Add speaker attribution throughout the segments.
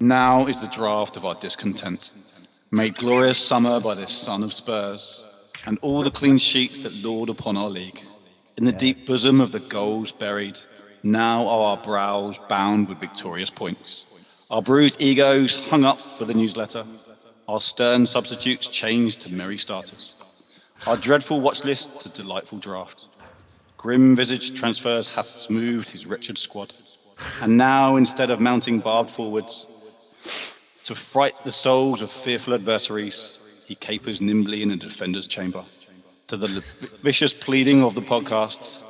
Speaker 1: Now is the draft of our discontent, made glorious summer by this sun of Spurs, and all the clean sheets that lord upon our league. In the deep bosom of the goals buried, now are our brows bound with victorious points, our bruised egos hung up for the newsletter, our stern substitutes changed to merry starters, our dreadful watch list to delightful draft. Grim visaged transfers hath smoothed his wretched squad, and now instead of mounting barbed forwards, to fright the souls of fearful adversaries, he capers nimbly in a defender's chamber. To the l- vicious pleading of the podcasts,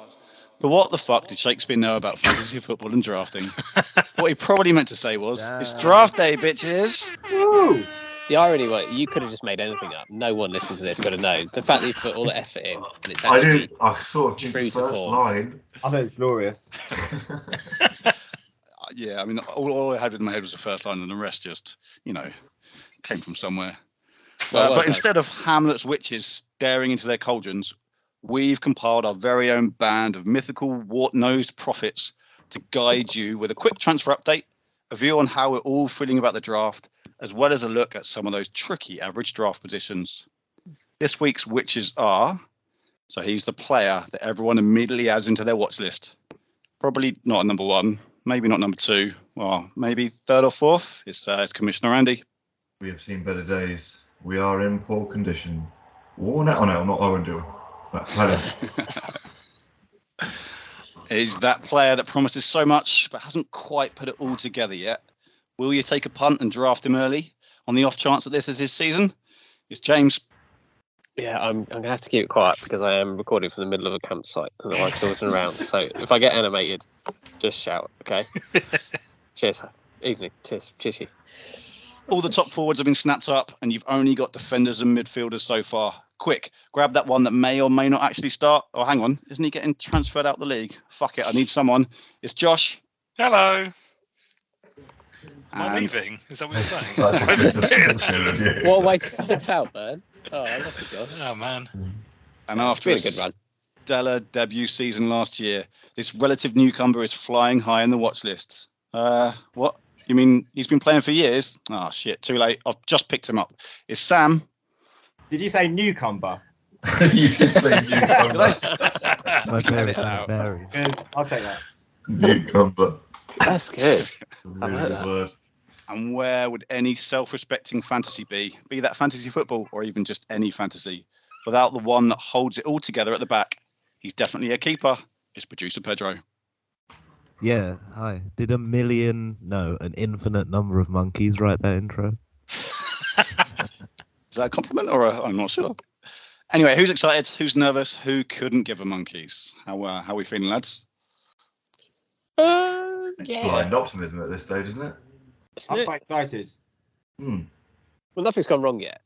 Speaker 1: but what the fuck did Shakespeare know about fantasy football and drafting? what he probably meant to say was, it's draft day, bitches.
Speaker 2: The irony was you could have just made anything up. No one listening to this would have known. The fact that you put all the effort in and it's
Speaker 3: I
Speaker 2: actually
Speaker 3: do. I sort of think
Speaker 2: True
Speaker 3: the
Speaker 2: to
Speaker 3: first
Speaker 2: form.
Speaker 3: line.
Speaker 4: I think it's glorious.
Speaker 1: Uh, Yeah, I mean, all, all I had in my head was the first line, and the rest just, you know, came from somewhere.
Speaker 2: Well,
Speaker 1: Uh,
Speaker 2: well
Speaker 1: but
Speaker 2: done.
Speaker 1: instead of Hamlet's witches staring into their cauldrons, we've compiled our very own band of mythical wart-nosed prophets to guide you with a quick transfer update, a view on how we're all feeling about the draft, as well as a look at some of those tricky average draft positions. This week's witches are, so he's the player that everyone immediately adds into their watch list. Probably not number one, maybe not number two, well, maybe third or fourth. It's, uh, it's Commissioner Andy.
Speaker 3: We have seen better days. We are in poor condition. Worn out. Oh no, not Owen Dewar. That player.
Speaker 1: is that player that promises so much but hasn't quite put it all together yet. Will you take a punt and draft him early on the off chance that this is his season? It's James.
Speaker 2: Yeah, I'm, I'm gonna have to keep it quiet because I am recording from the middle of a campsite and I'm children around. So if I get animated, just shout, okay? Cheers. Evening. Cheers. Cheers. you.
Speaker 1: All the top forwards have been snapped up, and you've only got defenders and midfielders so far. Quick, grab that one that may or may not actually start. Oh, hang on, isn't he getting transferred out the league? Fuck it, I need someone. It's Josh.
Speaker 5: Hello. Am I
Speaker 1: and-
Speaker 5: leaving? Is that what you're
Speaker 3: It's
Speaker 5: saying?
Speaker 3: such a good discussion with you.
Speaker 2: What a way to find out, man. Oh, I love you, Josh.
Speaker 5: oh man.
Speaker 1: and
Speaker 2: It's
Speaker 1: after
Speaker 2: been a
Speaker 1: a
Speaker 2: good run.
Speaker 1: stellar debut season last year, this relative newcomer is flying high in the watch list. Uh, what? You mean he's been playing for years? Ah, shit, too late. I've just picked him up. It's Sam.
Speaker 4: Did you say newcomer?
Speaker 3: you did say newcomer.
Speaker 1: Edit that out.
Speaker 6: Very.
Speaker 4: Good. I'll take that.
Speaker 3: newcomer.
Speaker 2: That's good.
Speaker 3: Really
Speaker 2: like
Speaker 3: good
Speaker 2: that.
Speaker 3: word.
Speaker 1: And where would any self respecting fantasy be, be that fantasy football or even just any fantasy, without the one that holds it all together at the back? He's definitely a keeper. It's producer Pedro.
Speaker 6: Yeah, hi. Did a million, no, an infinite number of monkeys write that intro?
Speaker 1: Is that a compliment or a, I'm not sure. Anyway, who's excited? Who's nervous? Who couldn't give a monkeys? How uh, how we feeling, lads?
Speaker 2: Uh,
Speaker 3: It's
Speaker 2: yeah.
Speaker 3: blind optimism at this stage, isn't it?
Speaker 2: Isn't
Speaker 4: I'm
Speaker 2: it?
Speaker 4: quite excited.
Speaker 3: Hmm.
Speaker 2: Well, nothing's gone wrong yet.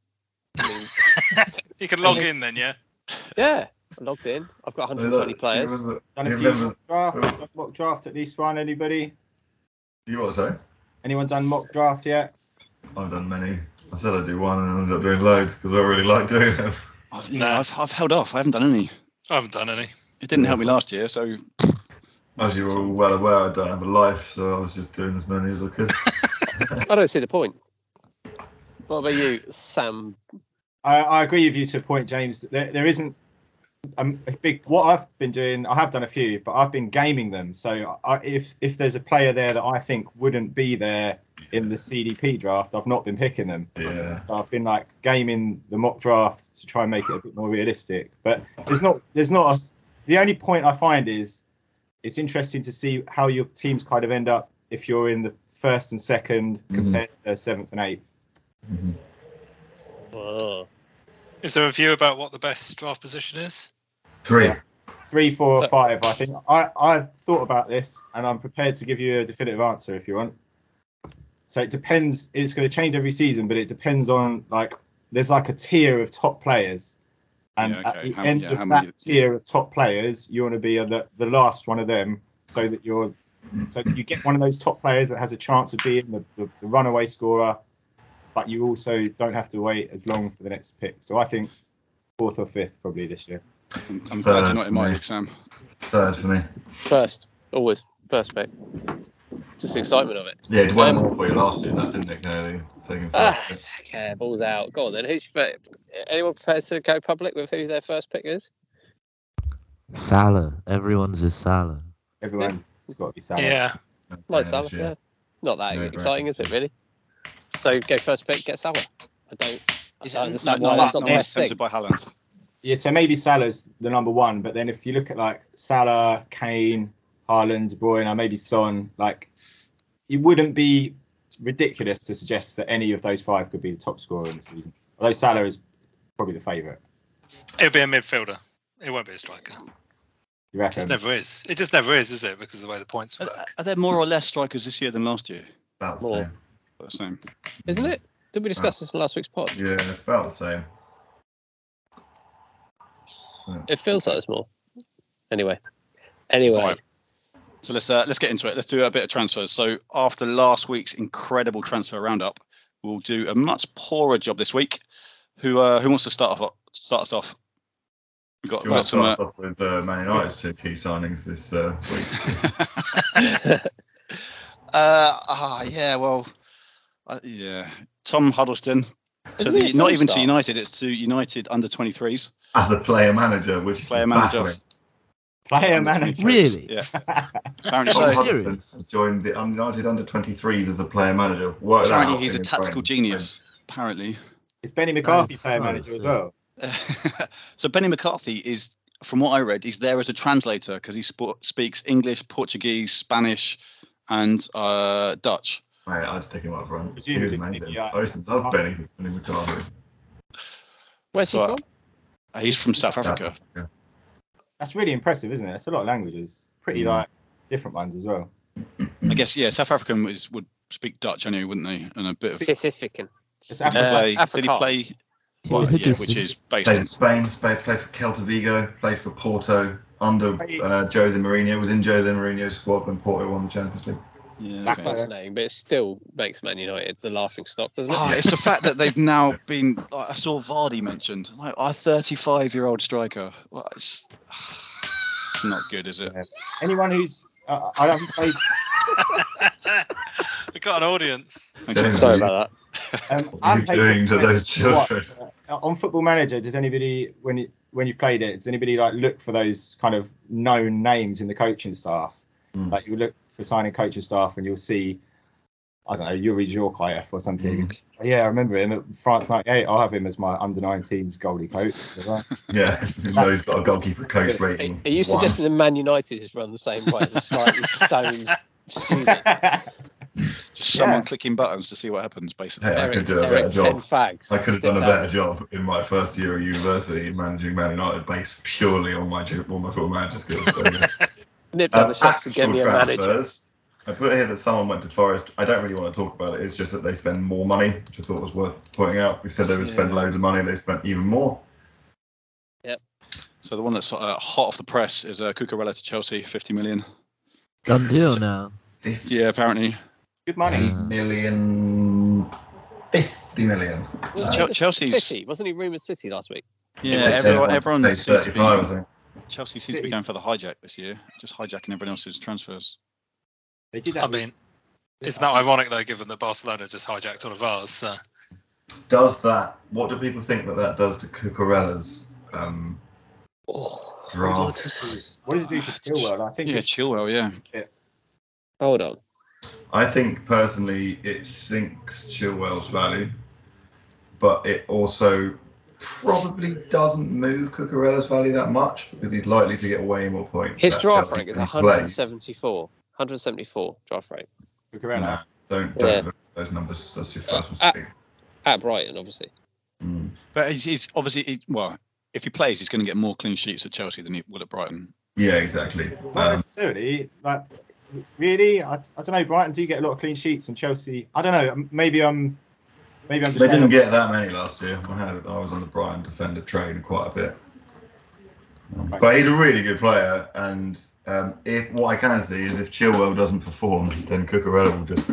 Speaker 2: I mean,
Speaker 5: you can log in then, yeah.
Speaker 2: yeah. I logged in. I've got
Speaker 3: I mean,
Speaker 2: 120
Speaker 3: look,
Speaker 2: players.
Speaker 3: You, remember,
Speaker 4: Done
Speaker 3: you
Speaker 4: a few
Speaker 3: remember-
Speaker 4: mock drafts. Done mock draft at least one. Anybody?
Speaker 3: you what, sorry?
Speaker 4: Anyone done mock draft yet?
Speaker 3: I've done many. I said I'd do one and I ended up doing loads because I really like doing them.
Speaker 1: I've, yeah, I've, I've held off. I haven't done any.
Speaker 5: I haven't done any.
Speaker 1: It didn't help me last year, so
Speaker 3: As you're all well aware, I don't have a life, so I was just doing as many as I could.
Speaker 2: I don't see the point. What about you, Sam?
Speaker 4: I, I agree with you to a point, James. There, there isn't a m- a big. What I've been doing, I have done a few, but I've been gaming them. So I, if if there's a player there that I think wouldn't be there in the CDP draft, I've not been picking them.
Speaker 3: Yeah.
Speaker 4: I've been like gaming the mock draft to try and make it a bit more realistic. But there's not there's not a, the only point I find is it's interesting to see how your teams kind of end up if you're in the first and second
Speaker 3: Mhm.
Speaker 4: compared to seventh and eighth.
Speaker 3: Mhm.
Speaker 2: Oh.
Speaker 5: Is there a view about what the best draft position is?
Speaker 3: Three.
Speaker 4: Three, four, or
Speaker 2: But-
Speaker 4: five, I think. I, I've thought about this and I'm prepared to give you a definitive answer if you want. So it depends it's gonna change every season, but it depends on like there's like a tier of top players. And
Speaker 1: Yeah,
Speaker 4: at
Speaker 1: okay.
Speaker 4: the
Speaker 1: How-
Speaker 4: end
Speaker 1: yeah, how
Speaker 4: of
Speaker 1: many-
Speaker 4: that tier of top players, you want to be the, the last one of them so that you're so that you get one of those top players that has a chance of being the, the, the runaway scorer, but you also don't have to wait as long for the next pick. So I think fourth or fifth probably this year.
Speaker 1: I'm, I'm glad you're not in my
Speaker 3: Fair.
Speaker 1: league, Sam.
Speaker 3: Third for me.
Speaker 2: First, always first pick. Just the excitement of it.
Speaker 3: Yeah,
Speaker 2: Um,
Speaker 3: Dwayne Moore for you last year, that didn't it? Nearly taking
Speaker 2: Ah,
Speaker 3: first.
Speaker 2: take care, balls out. Go on then. Who's your fir- anyone prepared to go public with who their first pick is?
Speaker 6: Salah. Everyone's is Salah.
Speaker 4: Everyone's got to be sad.
Speaker 5: Yeah.
Speaker 2: Like
Speaker 3: Yeah,
Speaker 2: Salah,
Speaker 3: this
Speaker 2: yeah.
Speaker 3: year.
Speaker 2: Not that
Speaker 3: No, right.
Speaker 2: exciting, is it really? So go first pick, get Salah. I don't. I don't understand
Speaker 1: No,
Speaker 2: why that's
Speaker 1: no,
Speaker 2: not the
Speaker 1: no,
Speaker 2: best thing.
Speaker 1: tempted by Haaland.
Speaker 4: Yeah, so maybe Salah's the number one, but then if you look at like Salah, Kane, Haaland, De Bruyne, maybe Son, like it wouldn't be ridiculous to suggest that any of those five could be the top scorer in the season. Although Salah is probably the favourite.
Speaker 5: It'll be a midfielder. It won't be a striker. It
Speaker 4: You
Speaker 5: just
Speaker 4: reckon?
Speaker 5: never is. It just never is, is it? Because of the way the points
Speaker 1: Are,
Speaker 5: work.
Speaker 1: are there more or less strikers this year than last year?
Speaker 3: About the
Speaker 2: Moore.
Speaker 3: same.
Speaker 1: About the same.
Speaker 2: Isn't it? Did we
Speaker 3: Ah.
Speaker 2: discuss this in last week's pod?
Speaker 3: Yeah, it's about the same.
Speaker 2: It feels like there's more. Anyway. Anyway.
Speaker 1: Right. So let's uh, let's get into it. Let's do a bit of transfers. So after last week's incredible transfer roundup, we'll do a much poorer job this week. Who uh, who wants to start off? Start us off. We've got,
Speaker 3: Do you want
Speaker 1: got
Speaker 3: to
Speaker 1: some. Uh,
Speaker 3: start off with uh, Man United's two key signings this uh, week?
Speaker 1: uh, ah, yeah. Well, uh, yeah. Tom Huddleston. To
Speaker 2: Isn't he
Speaker 1: the,
Speaker 2: a
Speaker 1: not
Speaker 2: film
Speaker 1: even to
Speaker 2: star?
Speaker 1: United. It's to United under 23s.
Speaker 3: As a player manager, which is
Speaker 1: Player manager.
Speaker 3: baffling.
Speaker 4: Player manager.
Speaker 6: Really?
Speaker 1: Yeah. Apparently
Speaker 3: Tom
Speaker 1: so.
Speaker 6: Huddleston.
Speaker 3: Hudson
Speaker 6: serious?
Speaker 3: has joined the United under 23s as a player manager. Work that
Speaker 1: Apparently
Speaker 3: out
Speaker 1: he's a
Speaker 3: in his
Speaker 1: tactical
Speaker 3: brain.
Speaker 1: genius. Apparently.
Speaker 4: Is Benny McCarthy
Speaker 6: is
Speaker 4: player
Speaker 6: so
Speaker 4: manager as
Speaker 6: sick.
Speaker 4: well?
Speaker 1: so Benny McCarthy is, from what I read, he's there as a translator because he sp- speaks English, Portuguese, Spanish, and uh, Dutch.
Speaker 3: Mate, I'd stick him up front. He was
Speaker 4: Presumably,
Speaker 3: amazing.
Speaker 4: yeah.
Speaker 3: I used to love Benny, Benny McCarthy.
Speaker 2: Where's he
Speaker 1: So,
Speaker 2: from?
Speaker 1: Uh, He's from South Africa.
Speaker 3: Yeah.
Speaker 4: That's really impressive, isn't it? That's a lot of languages. Pretty
Speaker 3: Mm.
Speaker 4: like different ones as well.
Speaker 1: I guess yeah, South African is, would speak Dutch anyway, wouldn't they? And a bit of.
Speaker 2: Sissifican.
Speaker 4: It's
Speaker 1: Did he
Speaker 4: Africa.
Speaker 2: Uh,
Speaker 1: play- did he
Speaker 2: Afrikaans.
Speaker 1: play? Well, yeah, which is based
Speaker 3: Played
Speaker 1: on
Speaker 3: in Spain, played, played for Celta Vigo, played for Porto under uh, Jose Mourinho. Was in Jose Mourinho's squad when Porto won the Champions League.
Speaker 1: yeah,
Speaker 2: That's
Speaker 1: okay.
Speaker 2: fascinating, but it still makes Man United the laughing stock, doesn't it?
Speaker 1: Ah,
Speaker 3: Oh,
Speaker 1: it's the fact that they've now been. Like, I saw Vardy mentioned. Like, our 35-year-old striker. Well, it's, it's not good, is it?
Speaker 4: Anyone who's uh, I haven't played
Speaker 5: we got an audience.
Speaker 1: Okay.
Speaker 3: Yeah.
Speaker 2: Sorry about that.
Speaker 4: Um,
Speaker 3: What
Speaker 4: I
Speaker 3: are you
Speaker 4: haven't played
Speaker 3: doing to
Speaker 4: Football
Speaker 3: those children?
Speaker 4: Manager. What, uh, on Football Manager, does anybody when you, when you've played it, does anybody like look for those kind of known names in the coaching staff?
Speaker 3: Mm.
Speaker 4: Like you look for signing coaching staff, and you'll see, I don't know, Yuri Zhorkaev or something.
Speaker 3: Hmm.
Speaker 4: Yeah, I remember him at France '98. I'll have him as my under 19s goalie coach.
Speaker 3: Yeah, no, he's got a goalkeeper coach rating.
Speaker 2: Are you
Speaker 3: one.
Speaker 2: suggesting that Man United is run the same way as a slightly stoned student?
Speaker 1: Just someone
Speaker 4: Yeah.
Speaker 1: clicking buttons to see what happens, basically.
Speaker 3: Hey, I
Speaker 2: Eric,
Speaker 3: could do a
Speaker 2: Eric
Speaker 3: better
Speaker 2: 10
Speaker 3: job.
Speaker 2: fags.
Speaker 3: I could have done a
Speaker 2: Stick
Speaker 3: better job in my first year at university managing Man United based purely on my ju- on my football manager skills. So, yeah.
Speaker 2: that- Nip down
Speaker 3: Um,
Speaker 2: the shops and get
Speaker 3: actual
Speaker 2: me a manager.
Speaker 3: transfers. I put here that someone went to Forest. I don't really want to talk about it. It's just that they spend more money, which I thought was worth pointing out. We said they would spend
Speaker 1: Yeah.
Speaker 3: loads of money. They spent even more.
Speaker 1: So the one that's uh, hot off the press is uh, Cucurella to Chelsea, 50 million.
Speaker 6: Done deal now.
Speaker 3: Fifty
Speaker 1: Yeah, apparently.
Speaker 4: Good money.
Speaker 6: Uh,
Speaker 3: million. Fifty million.
Speaker 2: Was
Speaker 1: Chel-
Speaker 2: it Chel-
Speaker 1: Chelsea's-
Speaker 2: City. Wasn't he rumoured City last week?
Speaker 1: Yeah,
Speaker 3: They said
Speaker 1: everyone,
Speaker 3: on
Speaker 1: everyone
Speaker 3: page
Speaker 1: seems to
Speaker 3: 35, I
Speaker 1: be,
Speaker 3: think.
Speaker 1: Chelsea seems to be going for the hijack this year, just hijacking everyone else's transfers.
Speaker 4: They did that.
Speaker 5: I
Speaker 4: with-
Speaker 5: mean, it's not ironic though, given that Barcelona just hijacked all of ours. So
Speaker 3: Does that? What do people think that that does to Cucurella's? Um,
Speaker 2: Oh,
Speaker 3: Draft.
Speaker 2: what is-
Speaker 4: what does it do to Stillwell? I think
Speaker 1: Yeah,
Speaker 4: it's
Speaker 1: Chilwell, yeah.
Speaker 2: Hold on.
Speaker 3: I think personally it sinks Chilwell's value, but it also probably doesn't move Cucurella's value that much because he's likely to get way more points.
Speaker 2: His
Speaker 3: at
Speaker 2: draft
Speaker 3: Chelsea
Speaker 2: rank is
Speaker 3: than he plays.
Speaker 2: 174. 174 draft rank.
Speaker 4: Cucurella.
Speaker 3: Nah, don't don't
Speaker 2: Yeah.
Speaker 3: look at those numbers. That's your first
Speaker 2: Uh,
Speaker 3: mistake.
Speaker 2: At Brighton, obviously.
Speaker 3: Mm.
Speaker 1: But he's, he's obviously, he, well, if he plays, he's going to get more clean sheets at Chelsea than he will at Brighton.
Speaker 3: Yeah, exactly.
Speaker 4: Not
Speaker 3: Um,
Speaker 4: necessarily. Like, really, I, I don't know. Brighton do get a lot of clean sheets, and Chelsea. I don't know. m- Maybe I'm. Maybe I'm just.
Speaker 3: they
Speaker 4: going
Speaker 3: didn't
Speaker 4: on-
Speaker 3: get that many last year. I had I was on the Brighton defender train quite a bit. Um, But he's a really good player, and um, if what I can see is if Chilwell doesn't perform, then Cucurella will just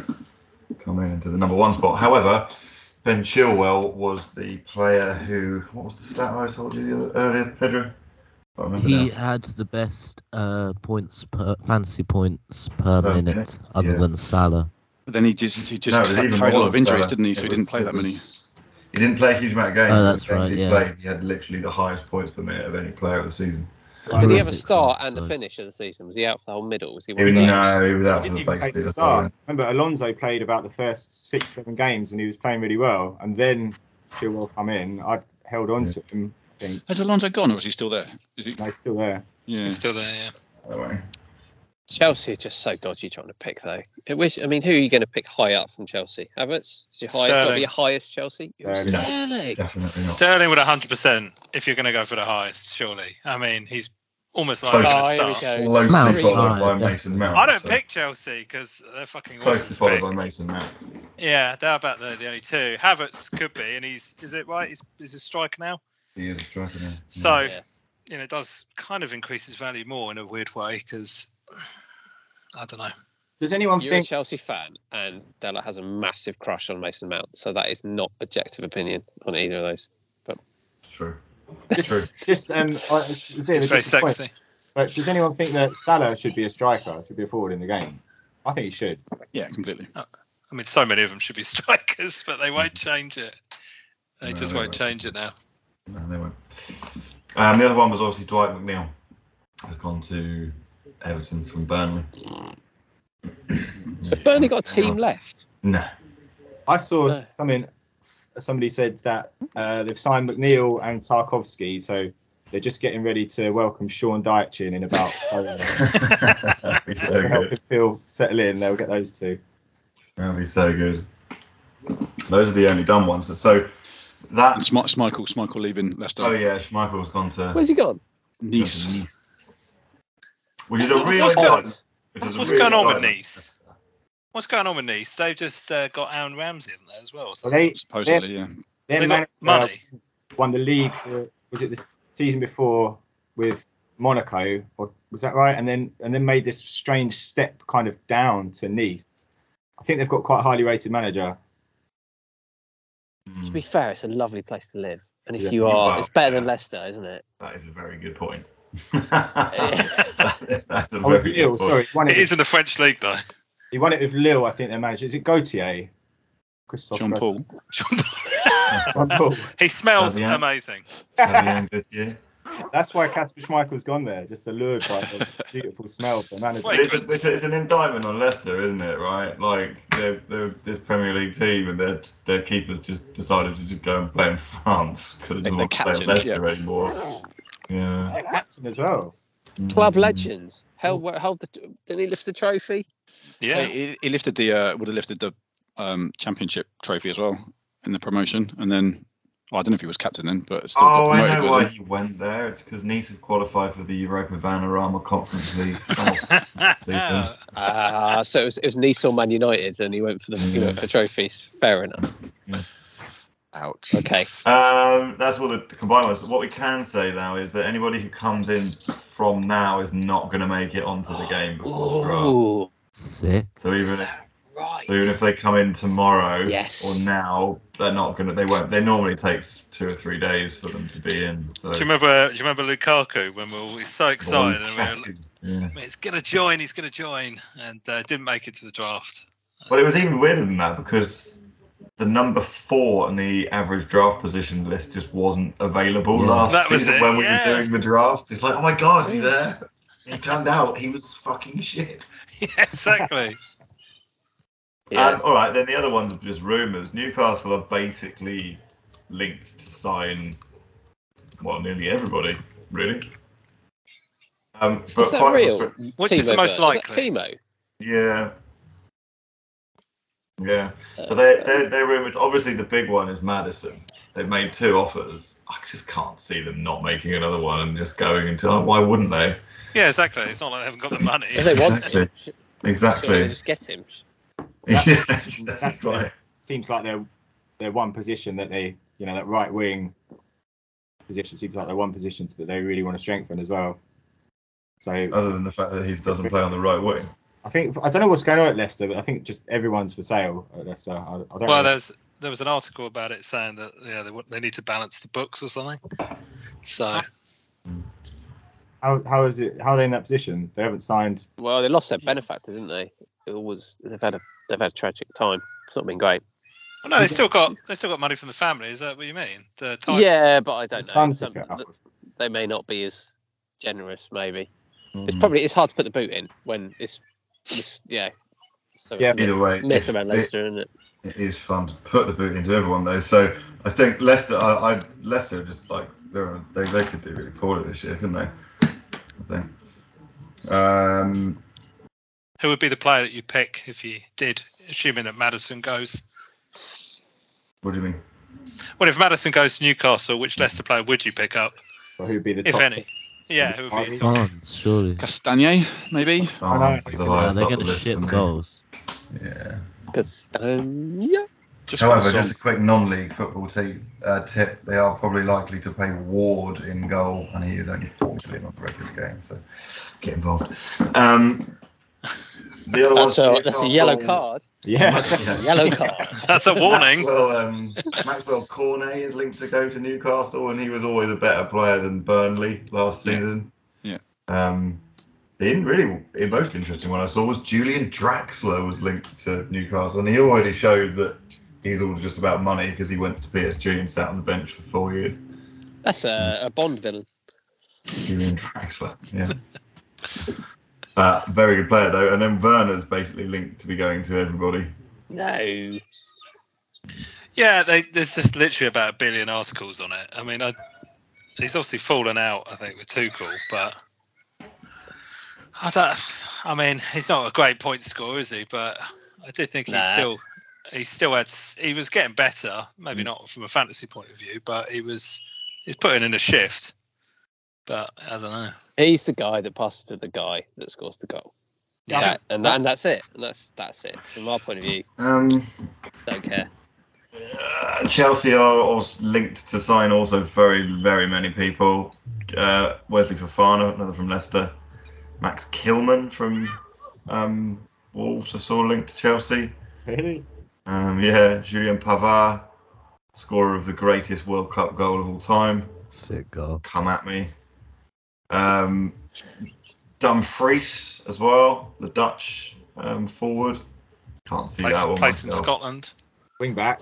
Speaker 3: come in into the number one spot. However, Ben Chilwell was the player who what was the stat I told you the other, earlier, Pedro? I remember
Speaker 6: He
Speaker 3: now.
Speaker 6: had the best uh, points per fancy points per
Speaker 3: Per minute,
Speaker 6: minute, other
Speaker 3: yeah.
Speaker 6: than Salah.
Speaker 1: But then he just he just
Speaker 3: No, it was
Speaker 1: had
Speaker 3: even
Speaker 1: carried a
Speaker 3: more
Speaker 1: lot of
Speaker 3: than
Speaker 1: injuries,
Speaker 3: Salah.
Speaker 1: didn't he? So he
Speaker 3: It
Speaker 1: didn't
Speaker 3: was-
Speaker 1: play that
Speaker 3: it was-
Speaker 1: many.
Speaker 3: He didn't play a huge amount of games.
Speaker 6: Oh,
Speaker 3: but the
Speaker 6: that's
Speaker 3: games
Speaker 6: right,
Speaker 3: He
Speaker 6: yeah.
Speaker 3: played. He had literally the highest points per minute of any player of the season.
Speaker 2: Did he ever
Speaker 6: Horrific
Speaker 2: start
Speaker 6: sample
Speaker 2: and the
Speaker 6: size.
Speaker 2: finish of the season? Was he out for the whole middle? Was he
Speaker 3: Even
Speaker 2: one of those?
Speaker 3: no, he was out for
Speaker 4: Didn't
Speaker 3: the
Speaker 4: even play at the
Speaker 3: basically the
Speaker 4: start. Remember, Alonso played about the first six, seven games, and he was playing really well. And then Chilwell come in. I held on to him. I think
Speaker 1: Has Alonso gone or is he still there? Is he?
Speaker 4: and he's still there.
Speaker 1: Yeah.
Speaker 5: He's still there, yeah.
Speaker 3: Anyway,
Speaker 2: Chelsea are just so dodgy trying to pick though. It wish I mean, who are you going to pick high up from Chelsea? Havertz? Is your high, got to be
Speaker 5: Sterling.
Speaker 2: your highest Chelsea? Ooh,
Speaker 4: Sterling.
Speaker 3: No.
Speaker 2: Sterling.
Speaker 3: definitely not.
Speaker 5: Sterling with 100% if you're going to go for the highest, surely. I mean, he's almost like
Speaker 3: Close.
Speaker 5: a
Speaker 2: Oh, here we
Speaker 5: star.
Speaker 2: go.
Speaker 6: Mount,
Speaker 3: Closely followed
Speaker 6: right,
Speaker 3: by
Speaker 6: definitely.
Speaker 3: Mason Mount.
Speaker 5: I don't
Speaker 3: so-
Speaker 5: pick Chelsea because they're fucking awful
Speaker 3: Closely
Speaker 5: to
Speaker 3: followed
Speaker 5: pick.
Speaker 3: by Mason Mount.
Speaker 5: Yeah, they're about the, the only two. Havertz could be, and he's is it right? He's is a striker now,
Speaker 3: He is a striker now.
Speaker 5: so
Speaker 2: Yeah.
Speaker 5: you know it does kind of increase his value more in a weird way because I don't know.
Speaker 4: Does anyone
Speaker 2: You're a
Speaker 4: think?
Speaker 2: Chelsea fan, and Della has a massive crush on Mason Mount, so that is not objective opinion on either of those.
Speaker 3: True. True.
Speaker 4: Just um, I- it's a bit of a
Speaker 5: It's very
Speaker 4: different point,
Speaker 5: sexy.
Speaker 4: But does anyone think that Salah should be a striker? Should be a forward in the game? I think he should.
Speaker 1: Yeah, completely.
Speaker 5: I mean, so many of them should be strikers, but they won't change it. They
Speaker 3: No,
Speaker 5: just
Speaker 3: they
Speaker 5: won't
Speaker 3: won't.
Speaker 5: change it now.
Speaker 3: No, they won't. Um, the other one was obviously Dwight McNeil. Has gone to Everton from Burnley.
Speaker 2: Have Burnley got a team left?
Speaker 3: No.
Speaker 4: I saw
Speaker 2: No.
Speaker 4: something. Somebody said that uh, they've signed McNeil and Tarkovsky, so they're just getting ready to welcome Sean Dyche in in about.
Speaker 3: That'd be
Speaker 4: to
Speaker 3: so
Speaker 4: help
Speaker 3: good.
Speaker 4: him feel settle in. They'll get those two.
Speaker 3: That'd be so good. Those are the only done ones. So
Speaker 1: And
Speaker 3: that.
Speaker 1: Smi- Smichael, Smichael leaving Leicester.
Speaker 3: Oh yeah, Schmeichel's gone to
Speaker 2: Where's he gone?
Speaker 1: Nice.
Speaker 3: which is a real
Speaker 5: What's going-
Speaker 3: odd- which is a
Speaker 5: What's
Speaker 3: real
Speaker 5: going on with
Speaker 3: odd-
Speaker 5: Nice? What's going on with Nice? They've just uh, got Aaron Ramsey in there as well. So
Speaker 4: So they
Speaker 1: Supposedly, yeah.
Speaker 4: their
Speaker 5: they got
Speaker 4: manager
Speaker 5: money.
Speaker 4: won the league. Uh, was it the season before with Monaco? Or was that right? And then and then made this strange step kind of down to Nice. I think they've got quite a highly rated manager.
Speaker 2: To
Speaker 3: Hmm,
Speaker 2: be fair, it's a lovely place to live, and if
Speaker 4: Yeah.
Speaker 2: you are,
Speaker 3: Wow.
Speaker 2: it's better than Leicester, isn't it?
Speaker 3: that is a very good point. That- that's a
Speaker 4: Oh, with
Speaker 3: very
Speaker 4: Lille,
Speaker 3: good
Speaker 4: sorry,
Speaker 3: point.
Speaker 4: won it,
Speaker 5: It
Speaker 4: with-
Speaker 5: is in the French league though.
Speaker 4: He won it with Lille, I think their manager. Is it Gautier? Christophe
Speaker 1: John Paul.
Speaker 4: John Paul.
Speaker 5: he smells
Speaker 3: Fabian.
Speaker 5: amazing.
Speaker 3: Fabian Gauthier.
Speaker 4: That's why Casper Schmeichel's gone there, just allured by the beautiful smell of the manager.
Speaker 5: Wait.
Speaker 3: It's, it's, it's an indictment on Leicester, isn't it? Right, like they're, they're this Premier League team, and their their keepers just decided to just go and play in France because they
Speaker 1: They're
Speaker 3: don't want to play at
Speaker 1: captains,
Speaker 3: Leicester anymore. Yeah.
Speaker 4: And Captain as well.
Speaker 2: Club
Speaker 3: Mm.
Speaker 2: legends. Held, held the, didn't he lift the trophy?
Speaker 5: Yeah.
Speaker 1: He, he lifted the uh, would have lifted the um, championship trophy as well in the promotion, and then well, I don't know if he was captain then, but still got
Speaker 3: Oh, I
Speaker 1: promoted
Speaker 3: know
Speaker 1: with
Speaker 3: why
Speaker 1: him.
Speaker 3: he went there. It's because Nice had qualified for the Europa Vanarama Conference League. summer season.
Speaker 2: Ah, so it was, it was Nice or Man United, and he went for the he went for trophies. Fair enough.
Speaker 1: Ouch.
Speaker 2: Okay.
Speaker 3: Um, that's all the, the combined ones. What we can say now is that anybody who comes in from now is not going to make it onto the game before the draft.
Speaker 2: Ooh,
Speaker 6: Sick.
Speaker 3: So even if
Speaker 2: right.
Speaker 3: So even if they come in tomorrow
Speaker 2: Yes.
Speaker 3: or now, they're not gonna. They won't. They normally takes two or three days for them to be in. So
Speaker 5: Do you remember? Do you remember Lukaku when we were always so excited and we were like,
Speaker 3: Yeah.
Speaker 5: "He's gonna join, he's gonna join," and uh, didn't make it to the draft.
Speaker 3: But it was even weirder than that because the number four in the average draft position list just wasn't available
Speaker 6: Yeah.
Speaker 3: last
Speaker 5: That was
Speaker 3: season
Speaker 5: it,
Speaker 3: when we
Speaker 5: yeah.
Speaker 3: were doing the draft. It's like, oh my god, is he there? He turned out he was fucking shit.
Speaker 5: yeah, exactly.
Speaker 2: Yeah.
Speaker 3: Um, all right, then the other ones are just rumours. Newcastle are basically linked to sign, well, nearly everybody, really. Um, but
Speaker 2: is that
Speaker 3: quite
Speaker 2: real?
Speaker 3: frustrating-
Speaker 5: Which is the
Speaker 2: Timo
Speaker 5: most
Speaker 2: Werner. Is that
Speaker 5: likely?
Speaker 2: Timo.
Speaker 3: Yeah. Yeah. So
Speaker 2: Uh,
Speaker 3: they're, they're, they're rumoured. Obviously, the big one is Madison. They've made two offers. I just can't see them not making another one and just going until. Why wouldn't they?
Speaker 5: Yeah, exactly. It's not like they haven't got the money.
Speaker 2: If they want
Speaker 3: Exactly.
Speaker 2: him, sh- surely they
Speaker 3: Exactly.
Speaker 2: just get him.
Speaker 3: Yeah,
Speaker 4: That's
Speaker 3: that's right.
Speaker 4: Seems like their their one position that they, you know, that right wing position seems like their one position that they really want to strengthen as well. So
Speaker 3: Other than the fact that he doesn't play on the right wing.
Speaker 4: I think I don't know what's going on at Leicester, but I think just everyone's for sale at Leicester. I, I don't
Speaker 5: Well,
Speaker 4: know.
Speaker 5: there's there was an article about it saying that yeah they, want- they need to balance the books or something. So
Speaker 4: How how is it? How are they in that position? They haven't signed.
Speaker 2: Well, they lost their benefactor, didn't they? It was they've had a they've had a tragic time. It's not been great.
Speaker 5: Well, no, they still got they still got money from the family. Is that what you mean? The title.
Speaker 2: Yeah, but I don't
Speaker 4: The
Speaker 2: know.
Speaker 4: Suns
Speaker 2: Some,
Speaker 4: took it up.
Speaker 2: they may not be as generous. Maybe it's
Speaker 3: Mm.
Speaker 2: probably it's hard to put the boot in when it's, it's yeah. So
Speaker 4: Yeah.
Speaker 3: Either way,
Speaker 2: myth
Speaker 3: it-
Speaker 2: around
Speaker 3: it-
Speaker 2: Leicester, isn't it?
Speaker 3: it is fun to put the boot into everyone though. So I think Leicester, I, I Leicester are just like they're, they they could do really poorly this year, couldn't they? I think. Um,
Speaker 5: Who would be the player that you pick if you did, assuming that Madison goes?
Speaker 3: what do you mean?
Speaker 5: Well, if Madison goes to Newcastle, which Leicester player would you pick up,
Speaker 4: Or who'd be the
Speaker 5: if
Speaker 4: top
Speaker 5: any? Yeah, who would be?
Speaker 4: Harvey?
Speaker 6: Barnes, surely.
Speaker 1: Castagne, maybe?
Speaker 3: Oh,
Speaker 4: know.
Speaker 3: this is the
Speaker 6: Nah,
Speaker 3: highest
Speaker 6: they're
Speaker 3: up the
Speaker 6: going to
Speaker 3: list
Speaker 6: ship
Speaker 3: for me.
Speaker 6: goals.
Speaker 3: Yeah.
Speaker 2: Because um, yeah,
Speaker 1: Just for
Speaker 3: However,
Speaker 1: some-
Speaker 3: just a quick non-league football team, uh, tip: they are probably likely to play Ward in goal, and he is only 40 million on the regular game, so get involved. Um, the other
Speaker 2: that's
Speaker 3: one's
Speaker 2: a that's a yellow
Speaker 3: Newcastle.
Speaker 2: card.
Speaker 4: Yeah.
Speaker 3: Yeah.
Speaker 2: Yellow card.
Speaker 5: That's a warning.
Speaker 3: Maxwell, um, Maxwell Cornet is linked to go to Newcastle, and he was always a better player than Burnley last
Speaker 1: Yeah.
Speaker 3: season.
Speaker 1: Yeah.
Speaker 3: Um, the in- really the most interesting one I saw was Julian Draxler was linked to Newcastle, and he already showed that he's all just about money because he went to PSG and sat on the bench for four years.
Speaker 2: That's a, a Bond villain.
Speaker 3: Julian Draxler, yeah. Uh, very good player though, and then Werner's basically linked to be going to everybody.
Speaker 2: No.
Speaker 5: Yeah, they, there's just literally about a billion articles on it. I mean, I, he's obviously fallen out, I think, with Tuchel, but I don't. I mean, he's not a great point scorer, is he? But I do think
Speaker 2: Nah.
Speaker 5: he still, he still had, s- he was getting better.
Speaker 2: Mm.
Speaker 5: Maybe not from a fantasy point of view, but he was, he's putting in a shift. But I don't know.
Speaker 2: He's the guy that passes to the guy that scores the goal.
Speaker 5: Yeah.
Speaker 2: That- and, that, and that's it. And that's that's it. From our point of view,
Speaker 3: Um,
Speaker 2: don't care.
Speaker 3: Uh, Chelsea are also linked to sign also very, very many people. Uh, Wesley Fofana, another from Leicester. Max Kilman from um, Wolves, I saw linked to Chelsea.
Speaker 4: Really?
Speaker 3: Um, yeah, Julian Pavard, scorer of the greatest World Cup goal of all time.
Speaker 6: Sick goal.
Speaker 3: Come at me. Um, Dumfries as well, the Dutch um, forward. Can't see
Speaker 5: Place,
Speaker 3: that one.
Speaker 5: place in
Speaker 3: myself.
Speaker 5: Scotland.
Speaker 4: Wing back.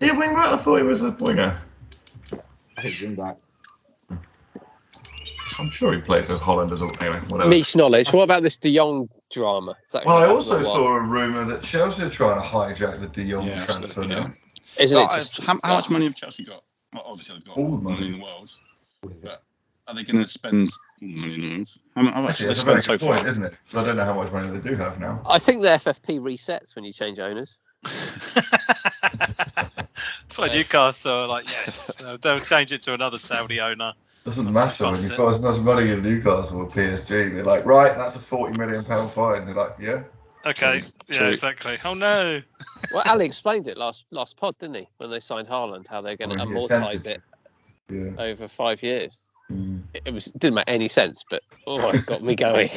Speaker 3: Yeah, wing back. I thought he was a winger.
Speaker 4: I think wing back.
Speaker 3: I'm sure he played for Holland as well. Anyway, whatever.
Speaker 2: Niche knowledge. What about this De Jong drama? Is that
Speaker 3: Well, I
Speaker 2: gonna
Speaker 3: also
Speaker 2: happen or what?
Speaker 3: saw a rumor that Chelsea are trying to hijack the De Jong
Speaker 1: Yeah,
Speaker 3: transfer
Speaker 1: absolutely,
Speaker 3: now.
Speaker 2: Isn't it
Speaker 1: Oh,
Speaker 2: just
Speaker 1: how, how much money have Chelsea got? Well, obviously, they've got
Speaker 3: All
Speaker 1: all
Speaker 3: the
Speaker 1: the
Speaker 3: money.
Speaker 1: money in the world. But are they going to spend all the money in the world? How mu- how much
Speaker 3: Actually,
Speaker 1: have they
Speaker 3: that's a
Speaker 1: spent
Speaker 3: very
Speaker 1: so
Speaker 3: good point,
Speaker 1: far?
Speaker 3: isn't it? 'Cause I don't know how much money they do have now.
Speaker 2: I think the FFP resets when you change owners.
Speaker 5: That's why
Speaker 2: Yeah.
Speaker 5: Newcastle are like, yes, uh, they'll change it to another Saudi owner.
Speaker 3: Doesn't
Speaker 5: That's
Speaker 3: matter when
Speaker 5: disgusting.
Speaker 3: you've got as much money as Newcastle or PSG. They're like, right, that's a forty million pound fine. They're like, yeah.
Speaker 5: Okay, yeah,
Speaker 1: True.
Speaker 5: exactly. Oh no.
Speaker 2: Well, Ali explained it last last pod, didn't he? When they signed Haaland, how they're going to
Speaker 3: Well, he
Speaker 2: amortise
Speaker 3: attempted.
Speaker 2: it
Speaker 3: Yeah.
Speaker 2: over five years.
Speaker 3: Mm.
Speaker 2: It it was didn't make any sense, but oh, it got me going.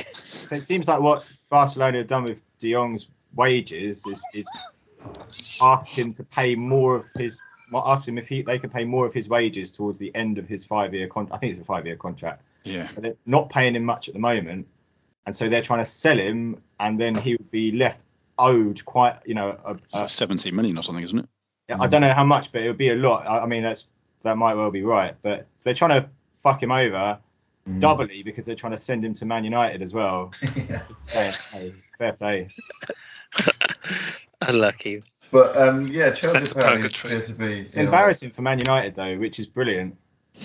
Speaker 4: So it seems like what Barcelona have done with De Jong's wages is, is ask him to pay more of his, well, ask him if he they can pay more of his wages towards the end of his five-year contract. I think it's a five-year contract.
Speaker 1: Yeah.
Speaker 4: But they're not paying him much at the moment, and so they're trying to sell him, and then he would be left owed quite, you know, a,
Speaker 1: It's like
Speaker 4: a,
Speaker 1: 17 million or something, isn't it?
Speaker 4: yeah,
Speaker 3: Mm.
Speaker 4: I don't know how much, but it would be a lot. I, I mean, that's that might well be right, but so they're trying to fuck him over
Speaker 3: Mm.
Speaker 4: doubly because they're trying to send him to Man United as well.
Speaker 3: yeah.
Speaker 4: Fair play. Fair play.
Speaker 2: Unlucky.
Speaker 3: But um, yeah, Chelsea
Speaker 5: Sent to
Speaker 3: apparently
Speaker 5: purgatory.
Speaker 3: appear to be.
Speaker 4: It's embarrassing for Man United though, which is brilliant. They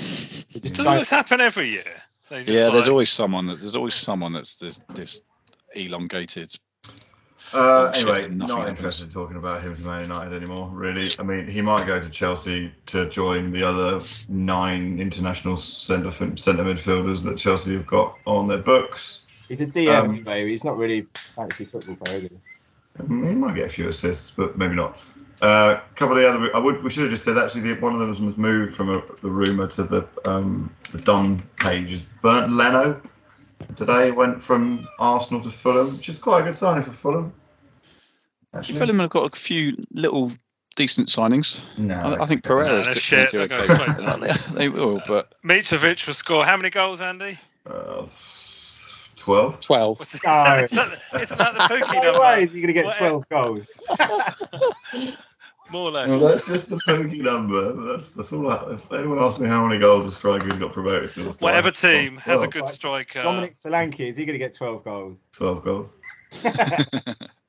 Speaker 4: just
Speaker 5: Doesn't
Speaker 4: don't-
Speaker 5: this happen every year? They just
Speaker 1: Yeah, there's
Speaker 5: like-
Speaker 1: always someone that there's always someone that's this this elongated. Oh,
Speaker 3: Uh,
Speaker 1: shit,
Speaker 3: anyway,
Speaker 1: nothing
Speaker 3: not
Speaker 1: happens.
Speaker 3: interested in talking about him to Man United anymore, really. I mean, he might go to Chelsea to join the other nine international centre centre midfielders that Chelsea have got on their books.
Speaker 4: he's a DM
Speaker 3: um,
Speaker 4: though. He's not really fantasy football player. Is he?
Speaker 3: Mm, He might get a few assists, but maybe not. Uh, a couple of the other, I would, we should have just said actually the, one of them was moved from a, the rumor to the um, the done page. Is Burnt Leno today went from Arsenal to Fulham, which is quite a good signing for Fulham. Actually,
Speaker 1: Fulham have got a few little decent signings.
Speaker 3: No,
Speaker 1: I, I think
Speaker 3: okay.
Speaker 1: Pereira.
Speaker 5: No,
Speaker 1: is
Speaker 5: that's
Speaker 1: gonna
Speaker 5: shit.
Speaker 1: do
Speaker 5: That
Speaker 1: okay.
Speaker 5: goes both
Speaker 1: they, they will, but
Speaker 5: Mitrovic will score how many goals, Andy?
Speaker 3: Uh, Twelve.
Speaker 2: Twelve.
Speaker 5: What's
Speaker 4: No.
Speaker 5: is that, isn't that the Pookie number?
Speaker 4: No way is he going to get
Speaker 5: What-
Speaker 4: 12 goals.
Speaker 5: More or
Speaker 3: No,
Speaker 5: less.
Speaker 3: that's just the pokey number. That's, that's all. I, if anyone asks me how many goals a striker who's got promoted, it's just
Speaker 5: Whatever
Speaker 3: like, oh,
Speaker 5: team has a
Speaker 3: 12.
Speaker 5: good
Speaker 4: Right.
Speaker 5: striker.
Speaker 4: Dominic Solanke, is he going to get 12 goals?
Speaker 3: twelve goals.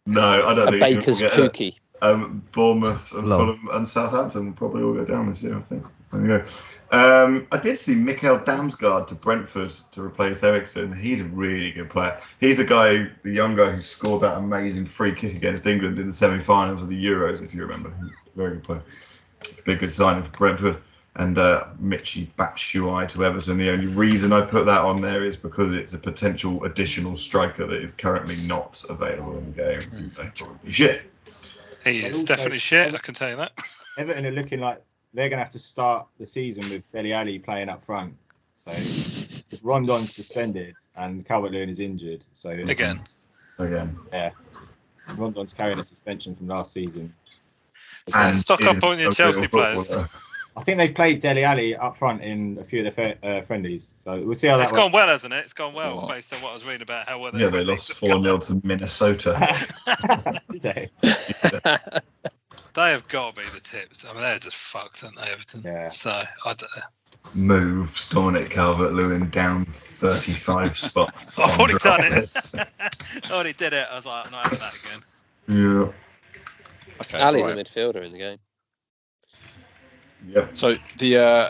Speaker 3: No, I don't
Speaker 2: A
Speaker 3: think
Speaker 2: baker's
Speaker 3: we'll get it.
Speaker 2: pookie.
Speaker 3: Um, Bournemouth and
Speaker 6: Lol.
Speaker 3: Fulham and Southampton will probably all go down this year, I think. There you go. Um, I did see Mikael Damsgaard to Brentford to replace Ericsson. He's a really good player. He's the guy, who- the young guy who scored that amazing free kick against England in the semi-finals of the Euros, if you remember. He's a very good player. Be a good signing for Brentford. And uh, Michy Batshuayi to Everton. The only reason I put that on there is because it's a potential additional striker that is currently not available in the game. They probably shit.
Speaker 5: He
Speaker 4: But
Speaker 5: is
Speaker 4: also-
Speaker 5: definitely shit. I can tell you that.
Speaker 4: Everton are looking like they're going to have to start the season with Deli Ali playing up front. So, because Rondon's suspended and Calvert Lewin is injured. So,
Speaker 5: Again,
Speaker 3: Again.
Speaker 4: Rondon's carrying a suspension from last season.
Speaker 5: So stock up
Speaker 3: is
Speaker 5: on your
Speaker 3: a
Speaker 5: Chelsea
Speaker 3: real
Speaker 5: players.
Speaker 3: footballer.
Speaker 4: I think they've played Deli Ali up front in a few of their fa- uh, friendlies. So, we'll see how that
Speaker 5: it's
Speaker 4: works.
Speaker 5: gone well, hasn't it? It's gone well
Speaker 1: What?
Speaker 5: based on what I was reading about how well
Speaker 3: Yeah, they lost 4 0 to Minnesota.
Speaker 4: Did they?
Speaker 5: They have got to be the tips. I mean, they're just fucked, aren't they, Everton?
Speaker 4: Yeah.
Speaker 5: So I d-
Speaker 3: Moves Dominic Calvert Lewin down 35 spots.
Speaker 5: I've already
Speaker 3: on
Speaker 5: done
Speaker 3: draft
Speaker 5: it.
Speaker 3: list.
Speaker 5: I already did it. I was like, I'm not having that again.
Speaker 3: yeah.
Speaker 1: okay.
Speaker 2: Ali's
Speaker 1: right.
Speaker 2: a midfielder in the game.
Speaker 3: Yep.
Speaker 1: So the uh,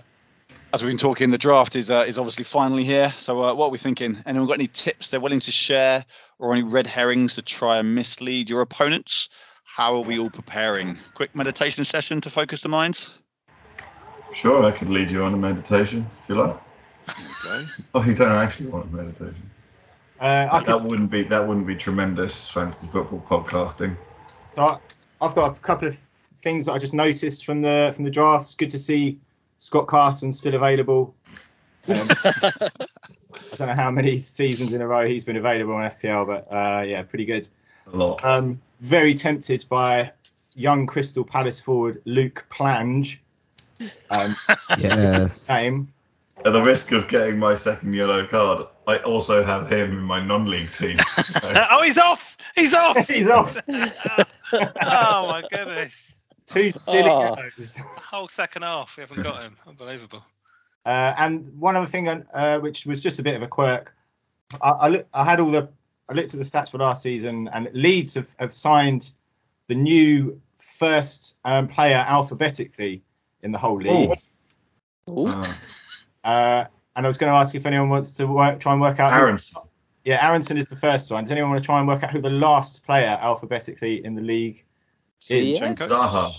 Speaker 1: as we've been talking, the draft is uh, is obviously finally here. So uh, what are we thinking? Anyone got any tips they're willing to share, or any red herrings to try and mislead your opponents? How are we all preparing? Quick meditation session to focus the minds.
Speaker 3: Sure, I could lead you on a meditation if you like.
Speaker 1: Okay.
Speaker 3: Oh, you don't actually want a meditation.
Speaker 4: Uh, I
Speaker 3: That wouldn't be that wouldn't be tremendous fantasy football podcasting.
Speaker 4: So I- I've got a couple of things that I just noticed from the from the draft. It's good to see Scott Carson still available. Um, I don't know how many seasons in a row he's been available on FPL, but uh, yeah, pretty good.
Speaker 3: A lot.
Speaker 4: Um, very tempted by young Crystal Palace forward Luke Plange. Um,
Speaker 6: Yes.
Speaker 4: name.
Speaker 3: At the risk of getting my second yellow card, I also have him in my non-league team. So-
Speaker 5: oh, he's off! He's off!
Speaker 4: He's off
Speaker 5: oh my goodness!
Speaker 4: two silly
Speaker 2: Oh.
Speaker 4: goals.
Speaker 5: The whole second half, we haven't got him. Unbelievable.
Speaker 4: Uh, and one other thing, uh, which was just a bit of a quirk, I, I, look, I had all the I looked at the stats for last season, and Leeds have, have signed the new first um, player alphabetically in the whole league.
Speaker 2: Ooh.
Speaker 3: Uh,
Speaker 4: Uh, and I was going to ask if anyone wants to work, try and work out. who-
Speaker 3: Aronson.
Speaker 4: yeah, Aronson is the first one. Does anyone want to try and work out who the last player alphabetically in the league?
Speaker 2: See
Speaker 1: Zinchenko.
Speaker 3: Zaha.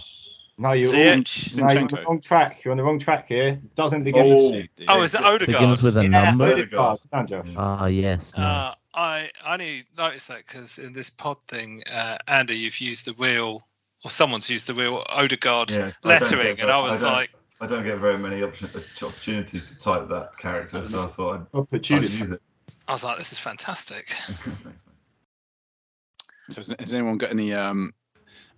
Speaker 4: No, you're, all,
Speaker 5: Ziyech.
Speaker 4: no, you're on the
Speaker 1: Zinchenko.
Speaker 4: wrong track. You're on the wrong track here. Doesn't begin
Speaker 3: Oh,
Speaker 4: with.
Speaker 5: Oh, is it Odegaard?
Speaker 6: Begins with a
Speaker 4: Yeah,
Speaker 6: number.
Speaker 4: Odegaard. Done, Josh.
Speaker 6: Ah, yes.
Speaker 5: Uh,
Speaker 6: nice.
Speaker 5: I I only noticed that because in this pod thing, uh, Andy, you've used the real, or someone's used the real Odegaard
Speaker 3: Yeah, I don't
Speaker 5: lettering,
Speaker 3: get
Speaker 5: and I
Speaker 3: that.
Speaker 5: was
Speaker 3: don't-
Speaker 5: like,
Speaker 3: I don't get very many option, uh, opportunities to type that character, so I thought I'd, I'd
Speaker 4: Opportunity.
Speaker 3: use it.
Speaker 5: I was like, this is fantastic.
Speaker 3: Thanks, mate.
Speaker 1: So has, has anyone got any um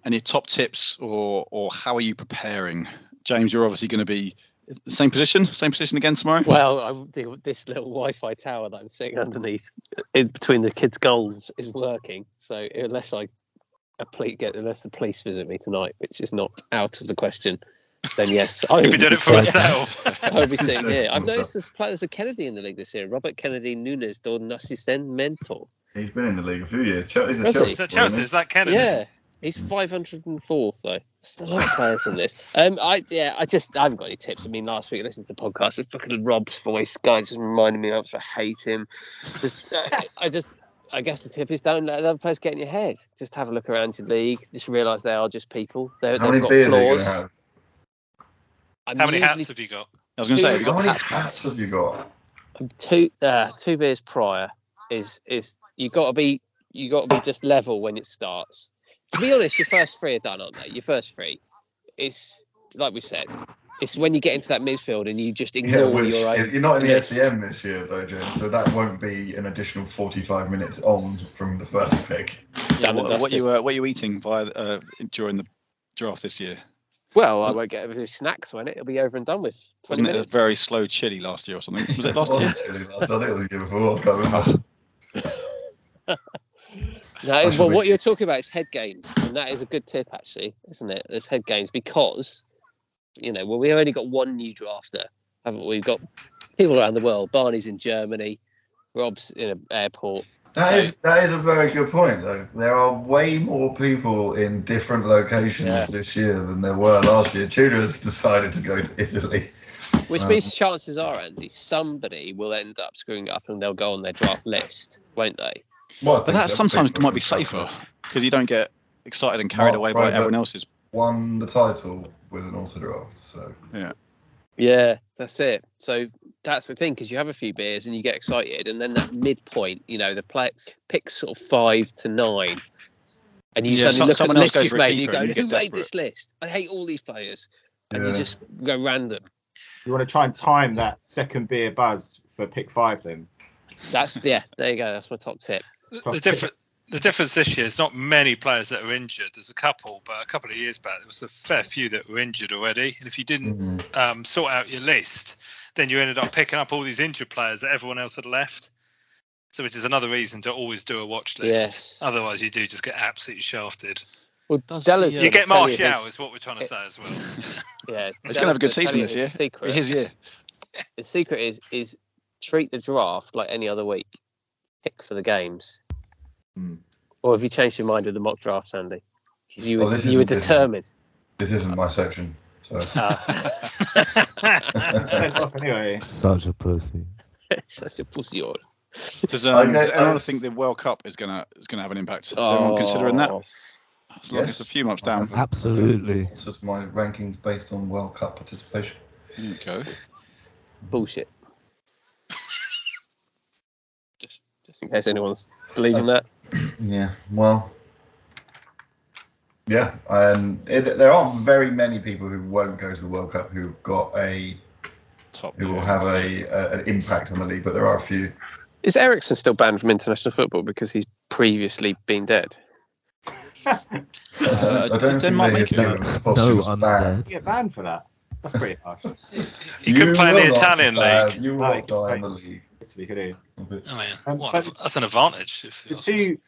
Speaker 1: any top tips or or how are you preparing? James, you're obviously going to be the same position, same position again tomorrow.
Speaker 2: Well, I, the- this little Wi-Fi tower that I'm sitting underneath, in between the kids' goals, is working. So unless I, a police get unless the police visit me tonight, which is not out of the question, then yes, I
Speaker 5: You've
Speaker 2: will
Speaker 5: been doing
Speaker 2: be
Speaker 5: it for
Speaker 2: sitting-
Speaker 5: yourself.
Speaker 2: I will be sitting here. I've noticed there's players of Kennedy in the league this year. Robert Kennedy, Nunes, Don Nassisen, Mentor.
Speaker 3: He's been in the league a few years. Chel- He's a
Speaker 2: Has he?
Speaker 3: Chelsea.
Speaker 5: is that Chelsea? Is that Kennedy?
Speaker 2: Yeah, he's 504th though. There's a lot of players in this. Um, I yeah, I just I haven't got any tips. I mean, last week I listened to the podcast. It's fucking Rob's voice, guy, just reminded me. I just hate him. Just I, I just. I guess the tip is don't let other players get in your head. Just have a look around your league. Just realise they are just people. They're,
Speaker 3: How
Speaker 2: they've
Speaker 3: many
Speaker 2: got
Speaker 3: beers are you
Speaker 2: flaws.
Speaker 3: gonna have?
Speaker 2: I'm
Speaker 5: How many
Speaker 2: usually
Speaker 5: hats have you got?
Speaker 1: I was going to say, have you
Speaker 3: How
Speaker 1: got
Speaker 3: many
Speaker 1: hats back?
Speaker 3: hats have you got?
Speaker 2: two uh, two beers prior is is you got to be you got to be just level when it starts. To be honest, your first three are done, aren't they? Your first three, it's like we said, it's when you get into that midfield and you just
Speaker 3: Yeah,
Speaker 2: ignore
Speaker 3: which,
Speaker 2: your own.
Speaker 3: you're not in the
Speaker 2: list.
Speaker 3: SCM this year though, James, so that won't be an additional 45 minutes on from the first pick.
Speaker 1: Yeah,
Speaker 2: Done and
Speaker 1: what, what
Speaker 2: dusted.
Speaker 1: you uh, what you eating via uh, during the draft this year.
Speaker 2: Well, I won't get any snacks when it. It'll be over and done with. 20
Speaker 1: Wasn't it a
Speaker 2: minutes.
Speaker 1: very slow chilly last year or something? Was it last
Speaker 3: Well,
Speaker 1: year?
Speaker 3: actually, last- Oh. I think it was the year before. I can't remember.
Speaker 2: No,
Speaker 3: should
Speaker 2: well,
Speaker 3: we-
Speaker 2: what you're talking about is head games, and that is a good tip, actually, isn't it? There's head games because, you know, well, we only got one new drafter, haven't we? We've got people around the world. Barney's in Germany, Rob's in an airport.
Speaker 3: That is that is a very good point. Though there are way more people in different locations
Speaker 1: Yeah.
Speaker 3: this year than there were last year. Tudor has decided to go to Italy.
Speaker 2: Which
Speaker 3: Wow.
Speaker 2: means chances are, Andy, somebody will end up screwing up and they'll go on their draft list, won't they?
Speaker 3: Well, I
Speaker 1: But
Speaker 3: think
Speaker 1: that
Speaker 3: so.
Speaker 1: sometimes
Speaker 3: People
Speaker 1: might be
Speaker 3: can go.
Speaker 1: safer because you don't get excited and carried
Speaker 3: Mark
Speaker 1: away by
Speaker 3: Rober.
Speaker 1: everyone else's.
Speaker 3: Won the title with an auto draft, so
Speaker 2: Yeah, that's it. So that's the thing because you have a few beers and you get excited, and then that midpoint, you know, the play picks sort of five to nine, and you
Speaker 1: Yeah, some-
Speaker 2: suddenly look at the
Speaker 1: someone else
Speaker 2: list
Speaker 1: goes
Speaker 2: you've
Speaker 1: for a
Speaker 2: made and you
Speaker 1: keeper
Speaker 2: go,
Speaker 1: and you
Speaker 2: "Who
Speaker 1: get
Speaker 2: made this list? I hate all these players," and you
Speaker 3: Yeah.
Speaker 2: just go random.
Speaker 4: You want to try and time that second beer buzz for pick five then.
Speaker 2: That's yeah. There you go. That's my top tip.
Speaker 4: Tough
Speaker 5: The difference, the difference this year is not many players that are injured. There's a couple, but a couple of years back there was a fair few that were injured already. And if you didn't
Speaker 1: Mm.
Speaker 3: Mhm.
Speaker 5: um, sort out your list, then you ended up picking up all these injured players that everyone else had left. So, which is another reason to always do a watch list.
Speaker 2: Yes.
Speaker 5: Otherwise, you do just get absolutely shafted.
Speaker 2: Well,
Speaker 1: Does
Speaker 2: Della's
Speaker 1: the, uh,
Speaker 2: gonna
Speaker 5: you get
Speaker 2: tell
Speaker 5: Martial,
Speaker 2: his-
Speaker 5: is what we're trying to
Speaker 2: it-
Speaker 5: say as well.
Speaker 2: Yeah,
Speaker 1: He's going to have a good
Speaker 2: Della's gonna tell
Speaker 1: season
Speaker 2: you
Speaker 1: this year.
Speaker 2: his Secret.
Speaker 1: His year.
Speaker 2: The secret is is treat the draft like any other week. Pick for the games.
Speaker 3: Hmm.
Speaker 2: Or have you changed your mind with the mock draft, Sandy? 'Cause you
Speaker 3: Oh,
Speaker 2: were
Speaker 3: this
Speaker 2: you were
Speaker 3: isn't business.
Speaker 2: determined.
Speaker 3: this isn't my section. So
Speaker 4: Sent off anyway.
Speaker 6: Such a pussy.
Speaker 2: Such a pussy order.
Speaker 1: Does, um,
Speaker 3: Okay,
Speaker 1: does anyone
Speaker 3: uh,
Speaker 1: think the World Cup is going to is going to have an impact? Is anyone considering that?
Speaker 2: Oh,
Speaker 1: As long as
Speaker 3: Yes. Uh-huh.
Speaker 1: it's a few months down.
Speaker 6: Absolutely.
Speaker 3: It's just my rankings based on World Cup participation.
Speaker 1: Okay.
Speaker 2: Bullshit. just just in case anyone's believing that.
Speaker 3: Yeah, well, yeah, and it, there aren't very many people who won't go to the World Cup who've got a
Speaker 1: Top.
Speaker 3: who will have a, a an impact on the league, but there are a few.
Speaker 2: Is Ericsson still banned from international football because he's previously been dead?
Speaker 1: Uh,
Speaker 3: I don't
Speaker 1: Denmark
Speaker 3: think
Speaker 1: make
Speaker 3: they
Speaker 1: it?
Speaker 3: have
Speaker 6: No,
Speaker 3: possible ban.
Speaker 6: undead.
Speaker 4: You get banned for that. That's pretty harsh.
Speaker 5: you could play in
Speaker 3: will
Speaker 5: the
Speaker 3: not
Speaker 5: Italian
Speaker 3: be banned.
Speaker 5: league.
Speaker 3: You will
Speaker 4: No,
Speaker 3: not die in the league.
Speaker 4: Italy, could he?
Speaker 5: I mean,
Speaker 4: Um,
Speaker 5: what,
Speaker 4: but-
Speaker 5: that's an advantage. If
Speaker 4: The
Speaker 5: you're,
Speaker 4: two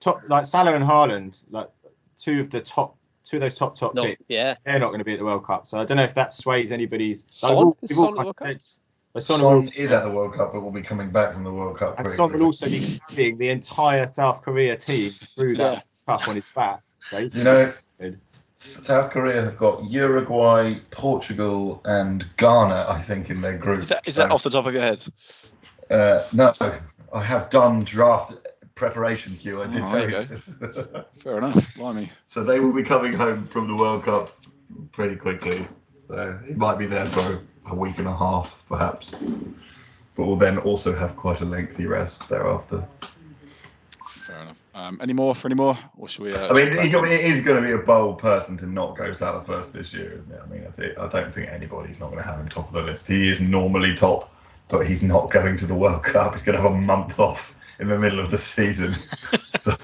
Speaker 4: top like Salah and Haaland, like two of the top two of those top top
Speaker 2: No.
Speaker 4: picks,
Speaker 2: Yeah.
Speaker 4: they're not going to be at the World Cup. So I don't know if that sways anybody's.
Speaker 2: Son?
Speaker 4: we've all-
Speaker 2: Is
Speaker 4: we've all
Speaker 2: Son at the
Speaker 4: kind
Speaker 2: World
Speaker 4: of
Speaker 2: Cup?
Speaker 4: said- But Son will,
Speaker 3: Son is at the World Cup, but will be coming back from the World Cup.
Speaker 4: and
Speaker 3: pretty
Speaker 4: Son will
Speaker 3: quickly.
Speaker 4: also be carrying the entire South Korea team through that cup on his back. So he's
Speaker 3: You know,
Speaker 4: Good.
Speaker 3: South Korea have got Uruguay, Portugal, and Ghana, I think, in their group.
Speaker 1: Is that, is that
Speaker 3: So,
Speaker 1: off the top of your head?
Speaker 3: Uh, no, I have done draft preparation, Q. I did
Speaker 1: Oh,
Speaker 3: tell
Speaker 1: there
Speaker 3: you.
Speaker 1: you
Speaker 3: this.
Speaker 1: Fair enough. Blimey.
Speaker 3: so they will be coming home from the World Cup pretty quickly. So he might be there for a week and a half, perhaps. But we'll then also have quite a lengthy rest thereafter.
Speaker 1: Fair enough. Um, any more for any more, or should we? Uh,
Speaker 3: I mean,
Speaker 1: should we
Speaker 3: it,
Speaker 1: crack on?
Speaker 3: it is going to be a bold person to not go Salah first this year, isn't it? I mean, I, think, I don't think anybody's not going to have him top of the list. He is normally top, but he's not going to the World Cup. He's going to have a month off in the middle of the season. so,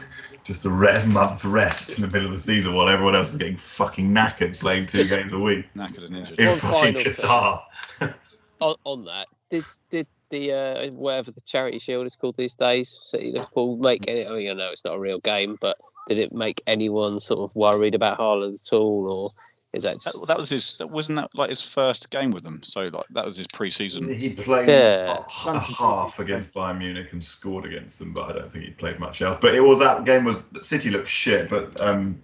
Speaker 3: just a red month rest in the middle of the season while everyone else is getting fucking knackered playing two
Speaker 2: Just-
Speaker 3: games a week
Speaker 1: knackered and injured.
Speaker 3: in
Speaker 2: One
Speaker 3: fucking
Speaker 2: final thing.
Speaker 3: Qatar.
Speaker 2: on, on that, did did the uh, whatever the charity shield is called these days, City Liverpool make any? Oh, you know, it's not a real game, but did it make anyone sort of worried about Haaland at all, or is that
Speaker 1: That,
Speaker 2: just
Speaker 1: that was his. That wasn't that like his first game with them. So like that was his pre-season.
Speaker 3: He played
Speaker 2: Yeah.
Speaker 3: a a half against Bayern Munich and scored against them, but I don't think he played much else. But it, well, that game was City looked shit, but um,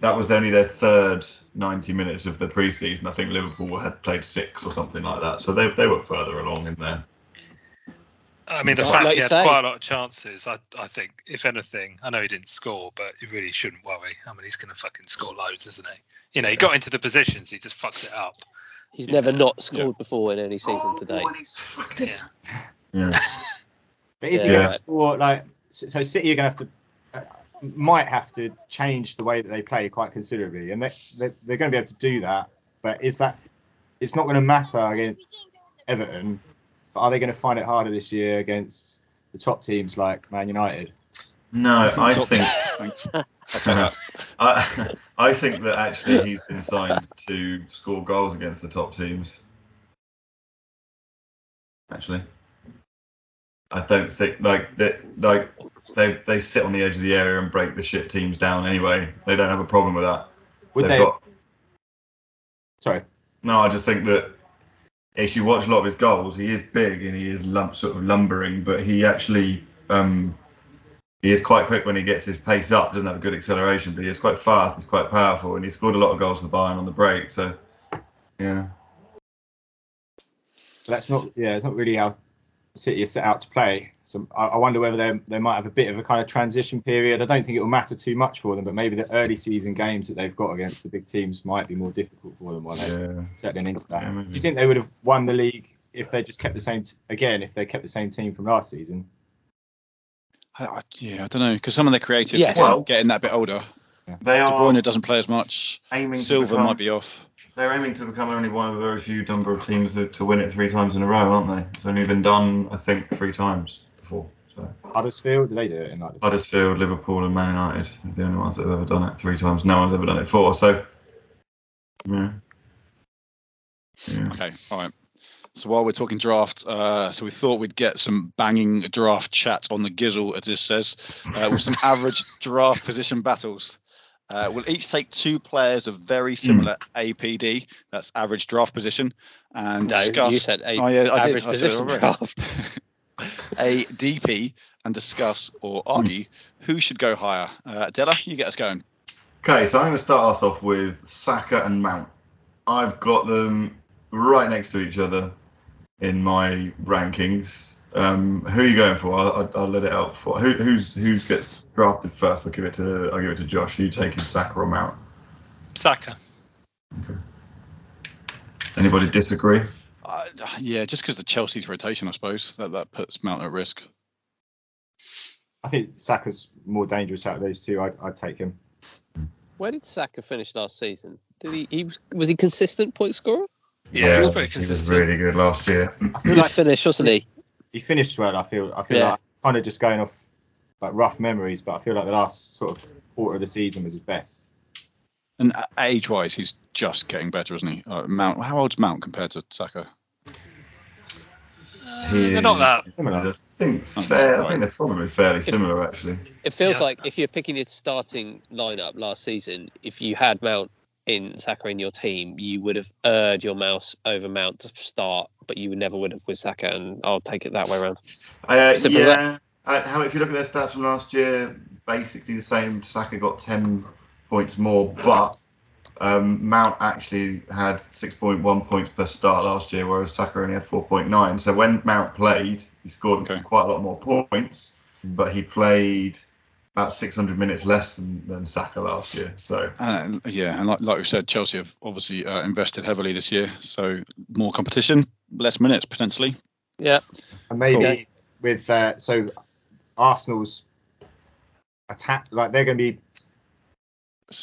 Speaker 3: that was only their third 90 minutes of the preseason. I think Liverpool had played six or something like that, so they they were further along in there.
Speaker 5: I mean, the
Speaker 2: Like-
Speaker 5: fact
Speaker 2: like
Speaker 5: he
Speaker 2: you
Speaker 5: had
Speaker 2: say.
Speaker 5: quite a lot of chances. I, I think, if anything, I know he didn't score, but he really shouldn't worry. I mean, he's going to fucking score loads, isn't he? You know, he got into the positions, he just fucked it up.
Speaker 2: he's never not scored before in any season today?
Speaker 5: Yeah.
Speaker 3: Yeah.
Speaker 4: But if
Speaker 2: Yeah.
Speaker 4: you're going to score, like, so so City are going to have to, uh, might have to change the way that they play quite considerably, and they, they they're going to be able to do that. But is that it's not going to matter against Everton? But are they going to find it harder this year against the top teams like Man United?
Speaker 3: No, I
Speaker 1: Top-
Speaker 3: think
Speaker 1: Thanks.
Speaker 3: Uh, I, I think that actually he's been signed to score goals against the top teams. Actually, I don't think like that. Like they they sit on the edge of the area and break the shit teams down anyway. They don't have a problem with that.
Speaker 4: Would
Speaker 3: They've
Speaker 4: they?
Speaker 3: got-
Speaker 4: Sorry.
Speaker 3: no, I just think that if you watch a lot of his goals, he is big and he is lump, sort of lumbering, but he actually um, he is quite quick when he gets his pace up. Doesn't have a good acceleration, but he is quite fast. He's quite powerful, and he scored a lot of goals for Bayern on the break. So yeah,
Speaker 4: But that's not yeah, it's not really how City is set out to play. So I, I wonder whether they they might have a bit of a kind of transition period. I don't think it will matter too much for them, but maybe the early season games that they've got against the big teams might be more difficult for them while they're
Speaker 3: yeah.
Speaker 4: settling into
Speaker 3: Yeah,
Speaker 4: that. Do
Speaker 3: maybe.
Speaker 4: you think they would have won the league if they just kept the same t- again if they kept the same team from last season?
Speaker 1: I, I, yeah, I don't know because some of the creatives
Speaker 2: Yes.
Speaker 1: are
Speaker 3: Well-
Speaker 1: getting that bit older.
Speaker 3: They
Speaker 1: De
Speaker 3: are
Speaker 1: Bruyne doesn't play as much.
Speaker 3: aiming to
Speaker 1: Silva
Speaker 3: become,
Speaker 1: might be off.
Speaker 3: They're aiming to become only one of a very few number of teams to, to win it three times in a row, aren't they? It's only been done, I think, three times before. So.
Speaker 4: Huddersfield, did they do it in like the
Speaker 3: Huddersfield, Liverpool, and Man United are the only ones that have ever done it three times. No one's ever done it four. So, yeah. Yeah.
Speaker 1: Okay, all right. So while we're talking draft, uh, so we thought we'd get some banging draft chat on the Gizzle, as this says, uh, with some average draft position battles. Uh, we'll each take two players of very
Speaker 2: Hmm.
Speaker 1: similar APD, that's average draft position, and
Speaker 2: No,
Speaker 1: discuss.
Speaker 2: you said a
Speaker 1: Oh, yeah, I did,
Speaker 2: average
Speaker 1: I said it
Speaker 2: position
Speaker 1: already.
Speaker 2: draft.
Speaker 1: a DP and discuss or
Speaker 2: Hmm.
Speaker 1: argue who should go higher. Uh, Della, you get us going.
Speaker 3: Okay, so I'm going to start us off with Saka and Mount. I've got them right next to each other in my rankings. Um, who are you going for? I'll, I'll, I'll let it out for who who's who gets drafted first. I'll give it to I'll give it to Josh. You taking Saka or Mount?
Speaker 5: Saka.
Speaker 3: Anybody disagree?
Speaker 1: Uh, yeah, just because the Chelsea's rotation, I suppose that that puts Mount at risk.
Speaker 4: I think Saka's more dangerous out of those two. I'd, I'd take him.
Speaker 2: Where did Saka finish last season? Did he, he was- was he consistent point scorer?
Speaker 5: Yeah, he was pretty
Speaker 3: he was
Speaker 5: consistent.
Speaker 3: really good last year.
Speaker 2: Good finish, wasn't he?
Speaker 4: He finished well. I feel. I feel
Speaker 2: Yeah.
Speaker 4: like kind of just going off like rough memories, but I feel like the last sort of quarter of the season was his best.
Speaker 1: And uh, age-wise, he's just getting better, isn't he? Uh, Mount, how old's Mount compared to Saka?
Speaker 5: Uh, they're not that.
Speaker 4: Similar.
Speaker 3: I think
Speaker 1: Oh,
Speaker 3: fair. I
Speaker 1: right.
Speaker 3: think they're probably fairly similar actually.
Speaker 2: It feels
Speaker 5: Yeah.
Speaker 2: like if you're picking your starting lineup last season, if you had Mount in Saka in your team, you would have erred your mouse over Mount to start, but you never would have with Saka. And I'll take it that way around.
Speaker 3: Uh,
Speaker 2: Simple as
Speaker 3: yeah. Uh, how if you look at their stats from last year, basically the same. Saka got ten points more, but um, Mount actually had six point one points per start last year, whereas Saka only had four point nine. So when Mount played, he scored
Speaker 1: Okay.
Speaker 3: quite a lot more points, but he played about six hundred minutes less than, than Saka last year. So
Speaker 1: Uh, yeah, and like, like we've said, Chelsea have obviously uh, invested heavily this year, so more competition, less minutes potentially.
Speaker 2: Yeah.
Speaker 4: And maybe
Speaker 2: Okay.
Speaker 4: with uh, so Arsenal's attack, like they're going to be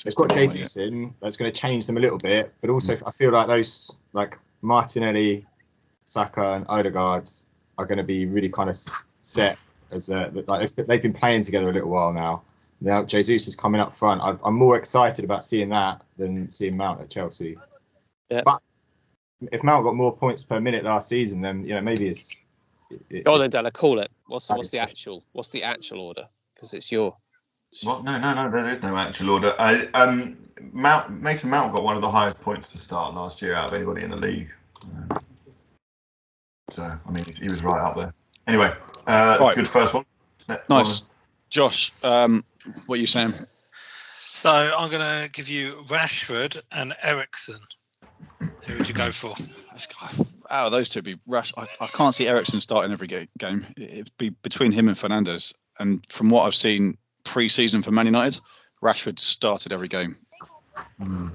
Speaker 4: they've got Jesus in. That's going to change them a little bit, but also I feel like those like Martinelli, Saka, and Odegaard are going to be really kind of s- set as a, like they've- they've been playing together a little while now. Now Jesus is coming up front. I, I'm more excited about seeing that than seeing Mount at Chelsea.
Speaker 2: Yeah.
Speaker 4: But if Mount got more points per minute last season, then you know maybe it's. it- it's
Speaker 2: Go on then, Della, call it. What's the, what's the actual what's the actual order? Because it's your
Speaker 3: What? No, no, no. There is no actual order. I, um, Mount Mason Mount got one of the highest points per start last year out of anybody in the league. Um, So I mean, he was right up there. Anyway, uh,
Speaker 1: Right.
Speaker 3: good first one. Next
Speaker 1: Nice,
Speaker 3: one.
Speaker 1: Josh. Um, what are you saying?
Speaker 5: So I'm gonna give you Rashford and Ericsson. Who would you go for?
Speaker 1: That's- Out of those two, it'd be rash. I, I can't see Ericsson starting every ga- game. It- It'd be between him and Fernandez. And from what I've seen pre-season for Man United, Rashford started every game.
Speaker 2: Hmm.
Speaker 3: Mm.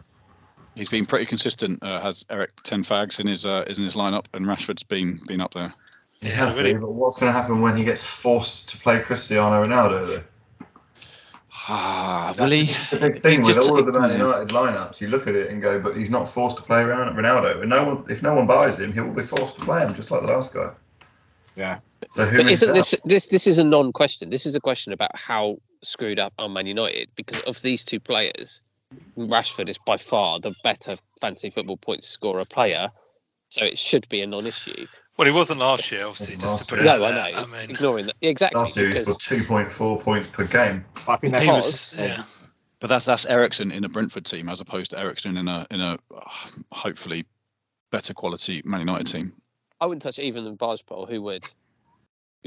Speaker 1: He's been pretty consistent. Uh, has Eric ten fags in his uh, in his lineup, and Rashford's been been up there.
Speaker 3: He
Speaker 5: Yeah,
Speaker 3: has to,
Speaker 5: really-
Speaker 3: But what's going to happen when he gets forced to play Cristiano Ronaldo? Though?
Speaker 1: Ah,
Speaker 3: That's
Speaker 1: Willie.
Speaker 3: The big thing
Speaker 1: He's
Speaker 3: with
Speaker 1: just-
Speaker 3: all of the Man United lineups, you look at it and go, but he's not forced to play Ron- Ronaldo. And no one, if no one buys him, he will be forced to play him, just like the last guy.
Speaker 4: Yeah.
Speaker 3: So who
Speaker 2: But
Speaker 3: is
Speaker 2: isn't
Speaker 3: that?
Speaker 2: this this this is a non question. This is a question about how screwed up on Man United because of these two players, Rashford is by far the better fantasy football points scorer player. So it should be a non-issue.
Speaker 5: Well, he wasn't last year, obviously, just to put it
Speaker 2: No,
Speaker 5: out
Speaker 2: I
Speaker 5: there.
Speaker 2: know. it's
Speaker 5: I mean,
Speaker 2: ignoring that exactly
Speaker 3: Last year he
Speaker 2: because
Speaker 3: scored 2.4 points per game.
Speaker 4: But I think that's
Speaker 5: he
Speaker 2: Because-
Speaker 5: was. Yeah.
Speaker 1: But that's that's Ericsson in a Brentford team as opposed to Ericsson in a in a uh, hopefully better quality Man United team.
Speaker 2: I wouldn't touch even the Bargepole. Who would?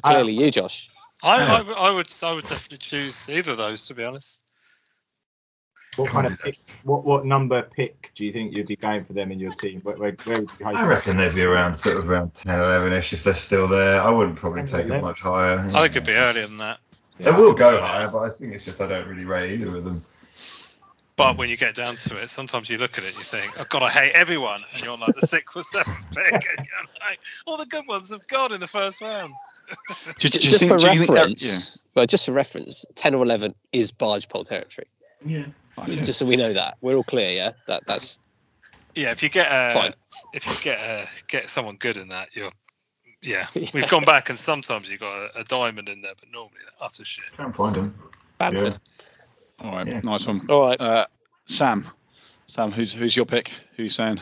Speaker 4: I-
Speaker 2: Clearly, you, Josh.
Speaker 5: I,
Speaker 3: Yeah.
Speaker 5: I, would- I would I would definitely choose either of those to be honest.
Speaker 4: what kind of pick, what what number pick do you think you'd be going for them in your team? Where, where, where would you hope?
Speaker 3: I reckon they'd be around sort of around 10, 11 ish if they're still there. I wouldn't probably take them much higher.
Speaker 5: I think it'd be earlier than that.
Speaker 3: They will go higher, but I think it's just I don't really rate either of them.
Speaker 5: But when you get down to it, sometimes you look at it, you think, "Oh God, I hate everyone," and you're on, like the sixth or seventh pick, and you're like, "All the good ones have gone in the first round."
Speaker 1: Do you- do you
Speaker 2: just
Speaker 1: think-
Speaker 2: for
Speaker 1: do you think Eric-
Speaker 2: reference, well, just for reference, ten or eleven is Bargepole territory.
Speaker 3: Yeah.
Speaker 1: yeah, okay.
Speaker 2: Just so we know that we're all clear. Yeah, that that's
Speaker 5: Yeah, if you get a
Speaker 2: Fine.
Speaker 5: if you get a, get someone good in that, you're yeah. We've gone back, and sometimes you got a, a diamond in there, but normally they're utter shit.
Speaker 3: Can't find them.
Speaker 2: Bamford.
Speaker 1: All right,
Speaker 3: Yeah.
Speaker 1: nice one.
Speaker 2: All right.
Speaker 1: Uh, Sam, Sam, who's who's your pick? Who you saying?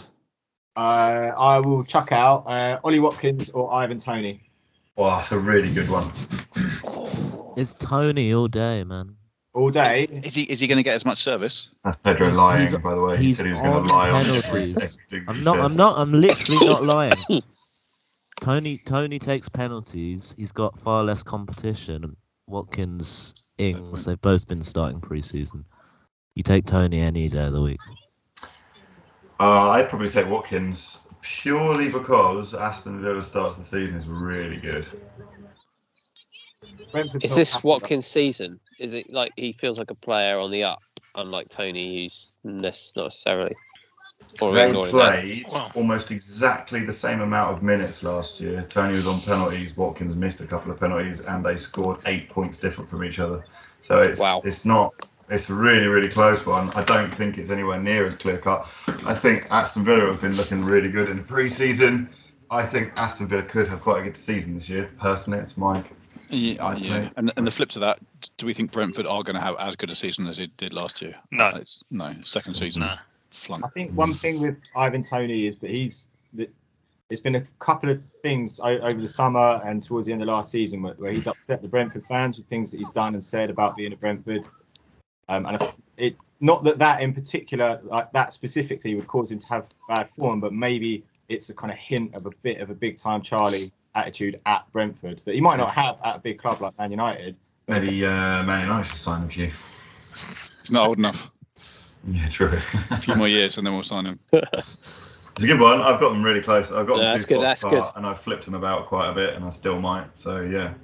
Speaker 4: Uh, I will chuck out uh, Ollie Watkins or Ivan Tony.
Speaker 3: Wow, it's a really good one.
Speaker 6: It's Tony all day, man.
Speaker 4: All day.
Speaker 1: Is he is he going to get as much service?
Speaker 3: That's Pedro lying,
Speaker 6: He's-
Speaker 3: by the way. He
Speaker 6: he's
Speaker 3: said he was going
Speaker 6: on
Speaker 3: to lie on
Speaker 6: penalties.
Speaker 3: everything he
Speaker 6: I'm not.
Speaker 3: said.
Speaker 6: I'm not. I'm literally not lying. Tony. Tony takes penalties. He's got far less competition. Watkins, Ings. They've both been starting preseason. You take Tony any day of the week.
Speaker 3: Uh, I'd probably say Watkins purely because Aston Villa starts the season is really good.
Speaker 4: Brentford's
Speaker 2: Is
Speaker 4: not
Speaker 2: this
Speaker 4: happy.
Speaker 2: Watkins' season? Is it like he feels like a player on the up, unlike Tony, who's nes- not necessarily or
Speaker 3: They
Speaker 2: ignoring that?
Speaker 3: played
Speaker 5: Wow.
Speaker 3: almost exactly the same amount of minutes last year. Tony was on penalties, Watkins missed a couple of penalties, and they scored eight points different from each other. So it's
Speaker 2: Wow.
Speaker 3: it's not it's a really really close one. I don't think it's anywhere near as clear cut. I think Aston Villa have been looking really good in the pre-season. I think Aston Villa could have quite a good season this year. Personally, it's my
Speaker 1: Yeah,
Speaker 3: I think.
Speaker 1: And and the flip to that, do we think Brentford are going to have as good a season as they did last year? Uh,
Speaker 5: No.
Speaker 1: it's, no, second season
Speaker 5: Nah.
Speaker 1: flunk.
Speaker 4: I think
Speaker 3: Mm.
Speaker 4: one thing with Ivan Tony is that he's that there's been a couple of things o- over the summer and towards the end of last season where, where he's upset the Brentford fans with things that he's done and said about being at Brentford. Um, and I- it not that that in particular like that specifically would cause him to have bad form, but maybe it's a kind of hint of a bit of a big time Charlie attitude at Brentford that he might not have at a big club like Man United.
Speaker 3: maybe uh, Man United should sign a few.
Speaker 1: He's not old enough.
Speaker 3: Yeah, true.
Speaker 1: A few more years, and then we'll sign him.
Speaker 3: It's a good one. I've got them really close. I've got
Speaker 2: Yeah,
Speaker 3: them
Speaker 2: that's
Speaker 3: two
Speaker 2: good,
Speaker 3: spots
Speaker 2: that's good.
Speaker 3: apart, and I've flipped them about quite a bit, and I still might. So yeah,
Speaker 2: No,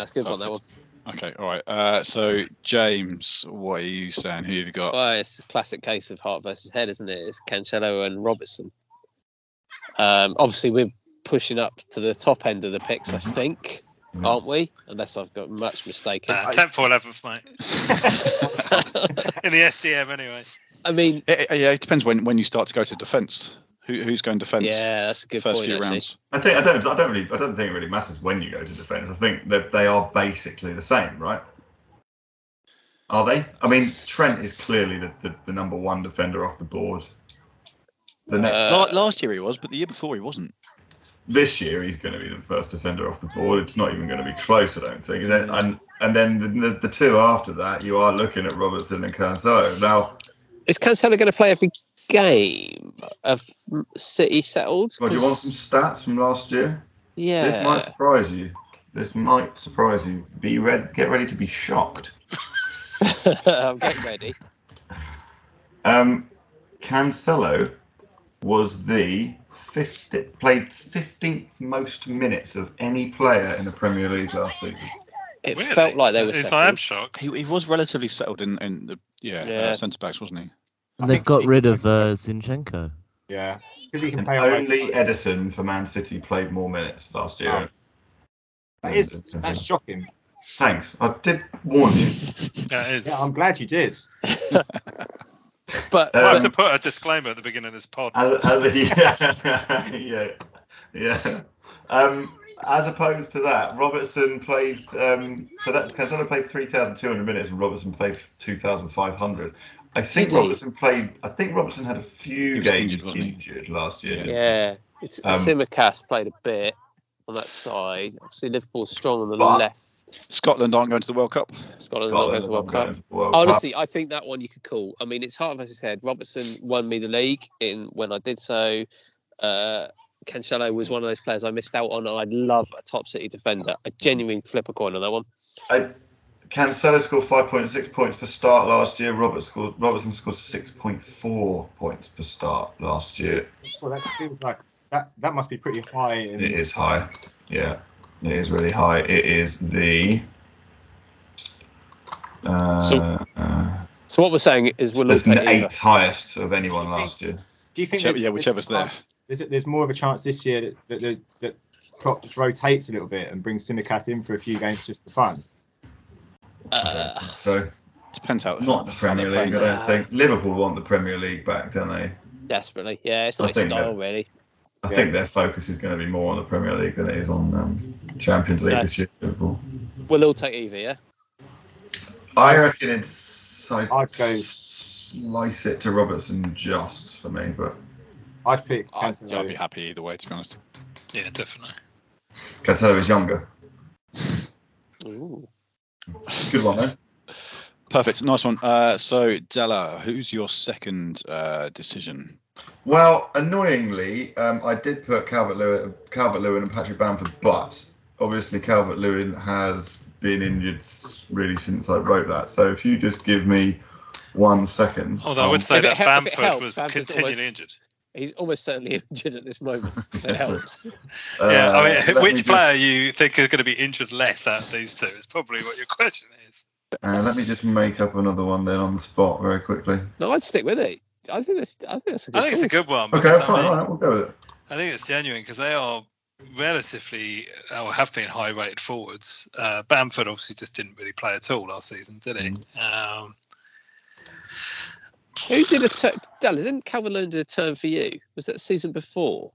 Speaker 2: that's a good one. That one.
Speaker 1: Okay, all right. Uh, so James, what are you saying? Who have you got?
Speaker 2: Well, it's a classic case of heart versus head, isn't it? It's Cancelo and Robertson. Um, obviously, we're pushing up to the top end of the picks, I think,
Speaker 3: Yeah.
Speaker 2: aren't we? Unless I've got much mistaken.
Speaker 5: Nah, Uh, tenth or eleventh, mate, in the SDM anyway.
Speaker 2: I mean,
Speaker 1: It, it- yeah, it depends when, when you start to go to defence. Who, who's going defence?
Speaker 2: yeah, that's a good
Speaker 1: first
Speaker 2: point.
Speaker 1: few
Speaker 2: actually.
Speaker 1: rounds.
Speaker 3: I think I don't. I don't really. I don't think it really matters when you go to defence. I think that they are basically the same, right? Are they? I mean, Trent is clearly the, the, the number one defender off the board. The next
Speaker 2: Uh,
Speaker 1: La- Last year he was, but the year before he wasn't.
Speaker 3: this year he's going to be the first defender off the board. It's not even going to be close, I don't think. is it?
Speaker 2: Mm.
Speaker 3: And and then the, the, the two after that, you are looking at Robertson and Cancelo. Now,
Speaker 2: Is Cancelo going to play every game of City settled?
Speaker 3: God, do you
Speaker 2: 'Cause-
Speaker 3: want some stats from last year? This might
Speaker 2: Yeah.
Speaker 3: surprise you. This might surprise you. Be ready. Get ready to be shocked.
Speaker 2: I'm getting ready.
Speaker 3: Um, Cancelo was the 50, played 15th most minutes of any player in the Premier League last season.
Speaker 2: It
Speaker 5: Really?
Speaker 2: felt like they were
Speaker 5: Yes, I am
Speaker 2: settled.
Speaker 5: shocked.
Speaker 1: He, he was relatively settled in, in the yeah,
Speaker 2: Yeah.
Speaker 1: Uh, centre backs, wasn't he?
Speaker 4: I
Speaker 6: And they've
Speaker 4: think
Speaker 6: got
Speaker 4: he-
Speaker 6: rid of uh, Zinchenko.
Speaker 4: Yeah, because he can
Speaker 3: And
Speaker 4: play on both
Speaker 3: only Edison for Man City played more minutes last year.
Speaker 4: Oh. That is that's shocking.
Speaker 3: Thanks. I did warn you.
Speaker 5: Yeah, it is.
Speaker 4: Yeah, I'm glad you did.
Speaker 2: But
Speaker 5: I have
Speaker 3: Um,
Speaker 5: to put a disclaimer at the beginning of this pod.
Speaker 3: As, as a, yeah, yeah, yeah. Um, as opposed to that, Robertson played. Um, so that Cancelo played 3,200 minutes, and Robertson played 2,500. I think
Speaker 2: Did he?
Speaker 3: Robertson played. I think Robertson had a few
Speaker 1: was
Speaker 3: games
Speaker 1: injured,
Speaker 3: injured,
Speaker 1: wasn't he?
Speaker 3: last year.
Speaker 2: Yeah, it's
Speaker 3: Um,
Speaker 2: Simicast played a bit on that side. Obviously, Liverpool's strong on the
Speaker 3: But-
Speaker 2: left.
Speaker 1: Scotland aren't going to the World Cup.
Speaker 2: Scotland not
Speaker 3: Scotland
Speaker 2: going to the World
Speaker 3: not going
Speaker 2: Cup.
Speaker 3: to the World Cup.
Speaker 2: Honestly, I think that one you could call. I mean, it's hard versus head. Robertson won me the league in when I did so. Uh, Cancelo was one of those players I missed out on, and I'd love a top city defender. I genuinely flip a coin on that one.
Speaker 3: I, Cancelo scored 5.6 points per start last year. Robert scored, Robertson scored 6.4 points per start last year.
Speaker 4: Well, that seems like that, that must be pretty high. In,
Speaker 3: It is high. Yeah, it is really high. It is the. Uh,
Speaker 2: So-
Speaker 3: uh,
Speaker 2: So what we're saying is we'll
Speaker 3: it's
Speaker 2: look
Speaker 3: the
Speaker 2: at either.
Speaker 3: eighth highest of anyone last year.
Speaker 4: Do you think?
Speaker 1: Whichever-
Speaker 4: there's-
Speaker 1: yeah,
Speaker 4: there's
Speaker 1: whichever's
Speaker 4: a chance- There's, a- there's more of a chance this year that that, that, that Klopp just rotates a little bit and brings Simicast in for a few games just for fun.
Speaker 2: Uh,
Speaker 3: So
Speaker 1: Depends how
Speaker 3: not the Premier
Speaker 1: they're
Speaker 3: League, I
Speaker 1: playing.
Speaker 3: don't think. Liverpool want the Premier League back, don't they?
Speaker 2: desperately, yeah, it's
Speaker 3: I
Speaker 2: not his
Speaker 3: think that-
Speaker 2: style really.
Speaker 3: I
Speaker 4: Yeah.
Speaker 3: think their focus is going to be more on the Premier League than it is on um, Champions League
Speaker 2: Yeah.
Speaker 3: this year. Liverpool.
Speaker 2: We'll all take either, yeah.
Speaker 3: I reckon it's I
Speaker 4: I'd go-
Speaker 3: slice it to Robertson just for me, but
Speaker 4: I'd pick
Speaker 1: I'd,
Speaker 4: Cancelo.
Speaker 1: yeah, I'd be happy either way, to be honest.
Speaker 5: Yeah, definitely.
Speaker 3: Cancelo is younger.
Speaker 2: Ooh.
Speaker 3: Good one though.
Speaker 1: Perfect, nice one. Uh, so Della, who's your second uh, decision?
Speaker 3: Well, annoyingly, um, I did put Calvert Lewin, Calvert Lewin, and Patrick Bamford, but obviously Calvert Lewin has been injured s- really since I wrote that. So if you just give me one second, Um,
Speaker 5: Although I
Speaker 3: I'll-
Speaker 5: would say
Speaker 2: Um, If it
Speaker 5: that
Speaker 2: hel- if it
Speaker 5: Bamford
Speaker 2: helps,
Speaker 5: was
Speaker 2: Bamford's
Speaker 5: continually
Speaker 2: almost-
Speaker 5: injured.
Speaker 2: He's almost certainly injured at this moment. That helps.
Speaker 3: uh,
Speaker 5: yeah, I
Speaker 3: let
Speaker 5: mean,
Speaker 3: me
Speaker 5: which
Speaker 3: just-
Speaker 5: player you think is going to be injured less out of these two is probably what your question is.
Speaker 3: uh, let me just make up another one then on the spot very quickly.
Speaker 2: No, I'd stick with it. I think that's. I think that's a good.
Speaker 5: I think it's a
Speaker 2: call.
Speaker 5: good one.
Speaker 3: Okay,
Speaker 5: because, I
Speaker 3: fine,
Speaker 5: mean,
Speaker 3: all right, we'll go with it.
Speaker 5: I think it's genuine because they are relatively or have been high rated forwards. Uh, Bamford obviously just didn't really play at all last season, did he? Um,
Speaker 2: Who did a turn? Della, didn't Calvin Lewin do a turn for you? Was that the season before?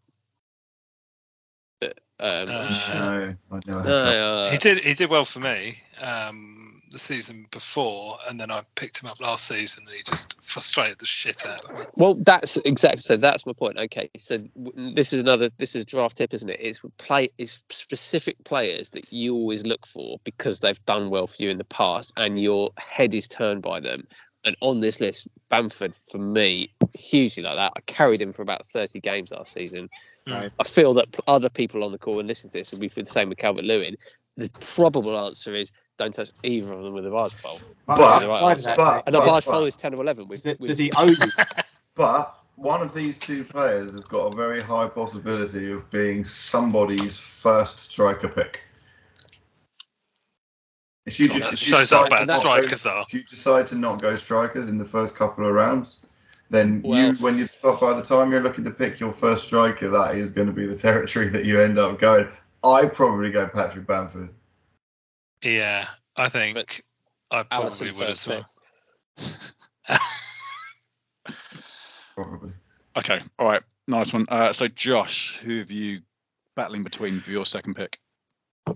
Speaker 2: Uh, Um,
Speaker 5: Uh,
Speaker 3: No, I know. I
Speaker 2: no,
Speaker 3: have
Speaker 2: uh,
Speaker 5: he did he did well for me um, the season before, and then I picked him up last season, and he just frustrated the shit out of me.
Speaker 2: well, that's exactly. So that's my point. Okay, so w- this is another. This is draft tip, isn't it? It's play. It's specific players that you always look for because they've done well for you in the past, and your head is turned by them. And on this list, Bamford for me hugely like that. I carried him for about thirty games last season.
Speaker 4: Right.
Speaker 2: I feel that p- other people on the call and listen to this will be for the same with Calvert Lewin. The probable answer is don't touch either of them with a barge pole.
Speaker 4: But,
Speaker 3: But-
Speaker 4: outside of that,
Speaker 3: but-
Speaker 2: And a
Speaker 3: Right,
Speaker 2: barge
Speaker 3: right.
Speaker 2: pole is 10 or 11. With,
Speaker 4: does, it,
Speaker 2: with-
Speaker 4: does he owe you?
Speaker 3: But one of these two players has got a very high possibility of being somebody's first striker pick. If you,
Speaker 5: God,
Speaker 3: just,
Speaker 5: that
Speaker 3: if you
Speaker 5: shows
Speaker 3: decide
Speaker 5: how
Speaker 3: to
Speaker 5: bad
Speaker 3: not go-
Speaker 5: strikers are.
Speaker 3: If you decide to not go strikers in the first couple of rounds, then
Speaker 2: Well-
Speaker 3: you, when you by the time you're looking to pick your first striker, that is going to be the territory that you end up going. I probably go Patrick Bamford.
Speaker 5: Yeah, I think
Speaker 2: But
Speaker 5: I probably
Speaker 2: Allison
Speaker 5: would
Speaker 2: first
Speaker 5: as well.
Speaker 3: Probably.
Speaker 1: Okay, all right, nice one. Uh, so Josh, who have you battling between for your second pick?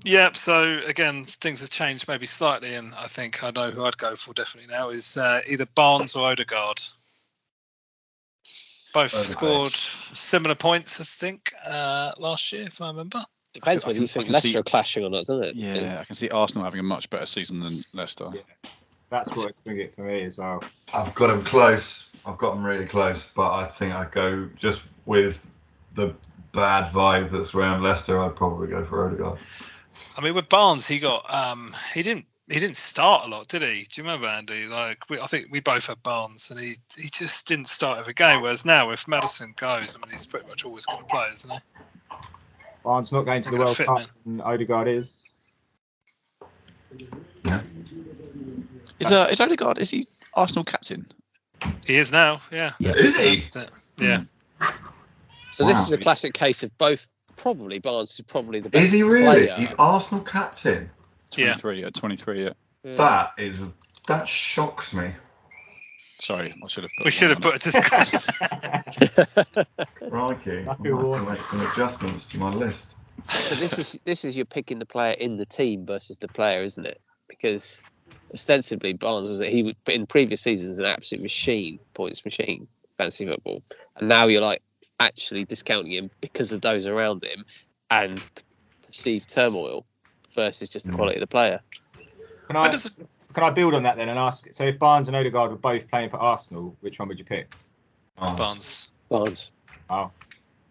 Speaker 5: Yep. So again, things have changed maybe slightly, and I think I know who I'd go for definitely now is uh, either Barnes or Odegaard. Both
Speaker 3: Odegaard.
Speaker 5: scored similar points, I think, uh, last year, if I remember.
Speaker 2: Depends
Speaker 1: I
Speaker 2: whether
Speaker 1: can-
Speaker 2: you
Speaker 1: I
Speaker 2: think
Speaker 1: can
Speaker 2: Leicester
Speaker 1: see-
Speaker 2: are clashing or not, doesn't it?
Speaker 1: Yeah, I can see Arsenal having a much better season than Leicester.
Speaker 4: Yeah. That's what it's doing it for me as well.
Speaker 3: I've got him close. I've got him really close, but I think I go just with the bad vibe that's around Leicester. I'd probably go for Odegaard.
Speaker 5: I mean, with Barnes, he got um, he didn't he didn't start a lot, did he? Do you remember Andy? Like we, I think we both had Barnes, and he he just didn't start every game. Whereas now, if Madison goes, I mean, he's pretty much always going to play, isn't he?
Speaker 4: Barnes not going to the
Speaker 5: Look at
Speaker 4: World
Speaker 5: fit,
Speaker 4: Cup,
Speaker 5: man.
Speaker 4: and Odegaard is.
Speaker 1: Is uh, is Odegaard is he Arsenal captain?
Speaker 5: He is now, yeah.
Speaker 6: Yeah.
Speaker 3: Is he?
Speaker 5: Announced it. Yeah.
Speaker 2: So this
Speaker 3: Wow.
Speaker 2: is a classic case of both. Probably Barnes is probably the best.
Speaker 3: Is he really?
Speaker 2: Player.
Speaker 3: He's Arsenal captain.
Speaker 5: Yeah.
Speaker 1: 23 yeah. 23 uh, yeah.
Speaker 2: Yeah.
Speaker 3: That is that shocks me.
Speaker 1: Sorry, I should have put
Speaker 5: We should have
Speaker 1: one
Speaker 5: put a discussion.
Speaker 3: Crikey, I might
Speaker 4: That'd be
Speaker 3: have to
Speaker 4: warning.
Speaker 3: make some adjustments to my list.
Speaker 2: So this is this is you're picking the player in the team versus the player, isn't it? Because ostensibly Barnes was he was- in previous seasons an absolute machine, points machine, fantasy football, and now you're like actually discounting him because of those around him and perceived turmoil versus just the
Speaker 1: Hmm.
Speaker 3: Mm.
Speaker 2: quality of the player.
Speaker 4: Can
Speaker 5: Where
Speaker 4: I
Speaker 5: does-
Speaker 4: can I build on that then and ask? So if Barnes and Odegaard were both playing for Arsenal, which one would you pick?
Speaker 5: Barnes.
Speaker 2: Barnes.
Speaker 4: Oh,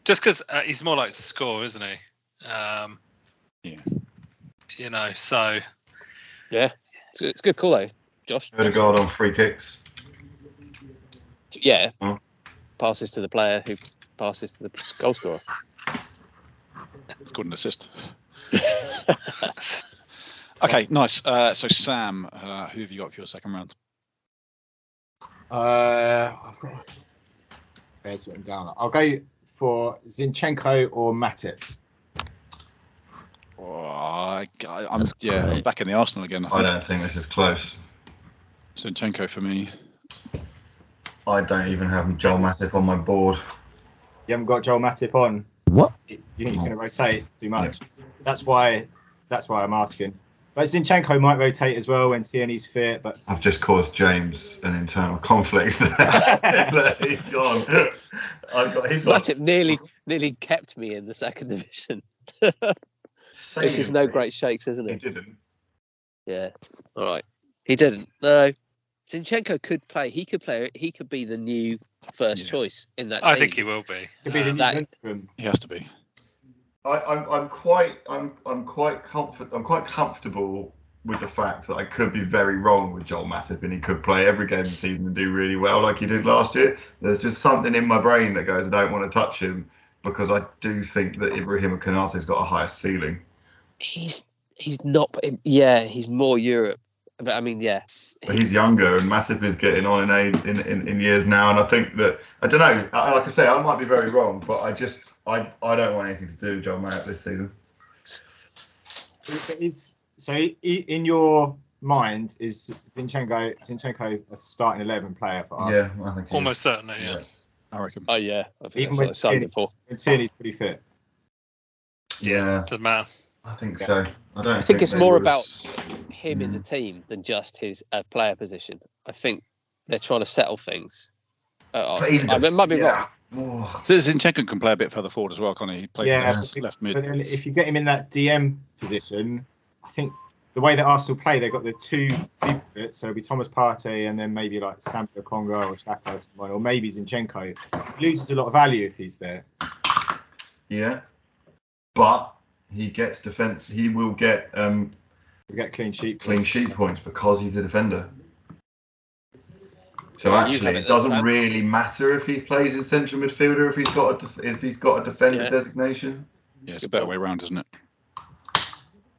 Speaker 5: Just because uh, he's more likely to score, isn't he? Um,
Speaker 1: Yeah.
Speaker 5: You know, so
Speaker 2: It's a, it's a good call though, Josh.
Speaker 3: Odegaard on free kicks.
Speaker 2: Yeah.
Speaker 3: Hmm.
Speaker 2: Passes to the player who passes to the goal scorer.
Speaker 1: Scored an assist. Okay, nice. Uh, so Sam, uh, who have you got for your second round?
Speaker 4: uh, I've got. There's written down. I'll go for Zinchenko or Matip.
Speaker 1: Oh, I, am
Speaker 6: That's
Speaker 1: yeah, I'm
Speaker 6: great.
Speaker 1: back in the Arsenal again.
Speaker 3: I
Speaker 1: I think.
Speaker 3: don't think this is close.
Speaker 1: Zinchenko for me.
Speaker 3: I don't even have Joel Matip on my board.
Speaker 4: You haven't got Joel Matip on.
Speaker 6: What?
Speaker 4: You think he's going to rotate too much? That's why. That's why I'm asking. But Zinchenko might rotate as well when Tierney's fit. But
Speaker 3: I've just caused James an internal conflict. there. he's gone. I've got, he's got
Speaker 2: Matip nearly nearly kept me in the second division. This is
Speaker 3: saved
Speaker 2: no
Speaker 3: me.
Speaker 2: great shakes, isn't
Speaker 3: He
Speaker 2: it?
Speaker 3: didn't.
Speaker 2: Yeah. All right. He didn't. No. Zinchenko could play. He could play. He could be the new first
Speaker 1: Yeah.
Speaker 2: choice in that.
Speaker 5: I
Speaker 2: team.
Speaker 5: think he will be.
Speaker 4: could be the
Speaker 5: Um,
Speaker 4: new
Speaker 2: Uh, that-
Speaker 4: Lindstrom.
Speaker 1: He has to be.
Speaker 3: I, I'm, I'm quite I'm I'm quite comfort I'm quite comfortable with the fact that I could be very wrong with Joel Matip and he could play every game of the season and do really well like he did last year. There's just something in my brain that goes I don't want to touch him because I do think that Ibrahim Konate's got a higher ceiling.
Speaker 2: He's he's not. Yeah. He's more Europe. But I mean, yeah.
Speaker 3: But he's younger and Matip is getting on in age in, in, in years now and I think that I don't know I- like I say I might be very wrong but I just I, I don't want anything to do with Joel Matip this season.
Speaker 4: Is so i- i- in your mind is Zinchenko Zinchenko a starting eleven player for Arsenal?
Speaker 3: Yeah, I think he is.
Speaker 5: Almost certainly, yeah.
Speaker 1: I reckon.
Speaker 2: Oh yeah. I think
Speaker 4: Even
Speaker 2: that's
Speaker 4: when
Speaker 2: what I said before.
Speaker 4: Tierney's, when Tierney's pretty fit.
Speaker 3: Yeah,
Speaker 5: To the man.
Speaker 3: I think
Speaker 4: Yeah.
Speaker 3: so. I don't
Speaker 2: I think it's
Speaker 3: they
Speaker 2: more
Speaker 3: would've
Speaker 2: about
Speaker 3: s-
Speaker 2: him in the
Speaker 3: Mm.
Speaker 2: team than just his uh, player position. I think they're trying to settle things. at
Speaker 3: But
Speaker 2: Arsenal.
Speaker 3: he's-
Speaker 2: I mean, it might be wrong.
Speaker 3: yeah. Oh,
Speaker 1: So Zinchenko can play a bit further forward as well, can't he? He played
Speaker 4: Yeah,
Speaker 1: left,
Speaker 4: but-
Speaker 1: left
Speaker 4: But
Speaker 1: mid.
Speaker 4: then if you get him in that DM position, I think the way that Arsenal play, they've got the two duplicates, so it'll be Thomas Partey and then maybe like Sam Congo or Saka or someone, or maybe Zinchenko. He loses a lot of value if he's there.
Speaker 3: yeah. But he gets defense. He will get um,
Speaker 4: We get clean sheet.
Speaker 3: clean sheet points because he's a defender. So
Speaker 2: Yeah, you have
Speaker 3: actually,
Speaker 2: it
Speaker 3: it
Speaker 2: there,
Speaker 3: doesn't
Speaker 2: Sam.
Speaker 3: really matter if he plays in central midfielder if he's got a def- if he's got a defender
Speaker 2: Yeah.
Speaker 3: designation.
Speaker 1: Yeah, it's a better way round, isn't it?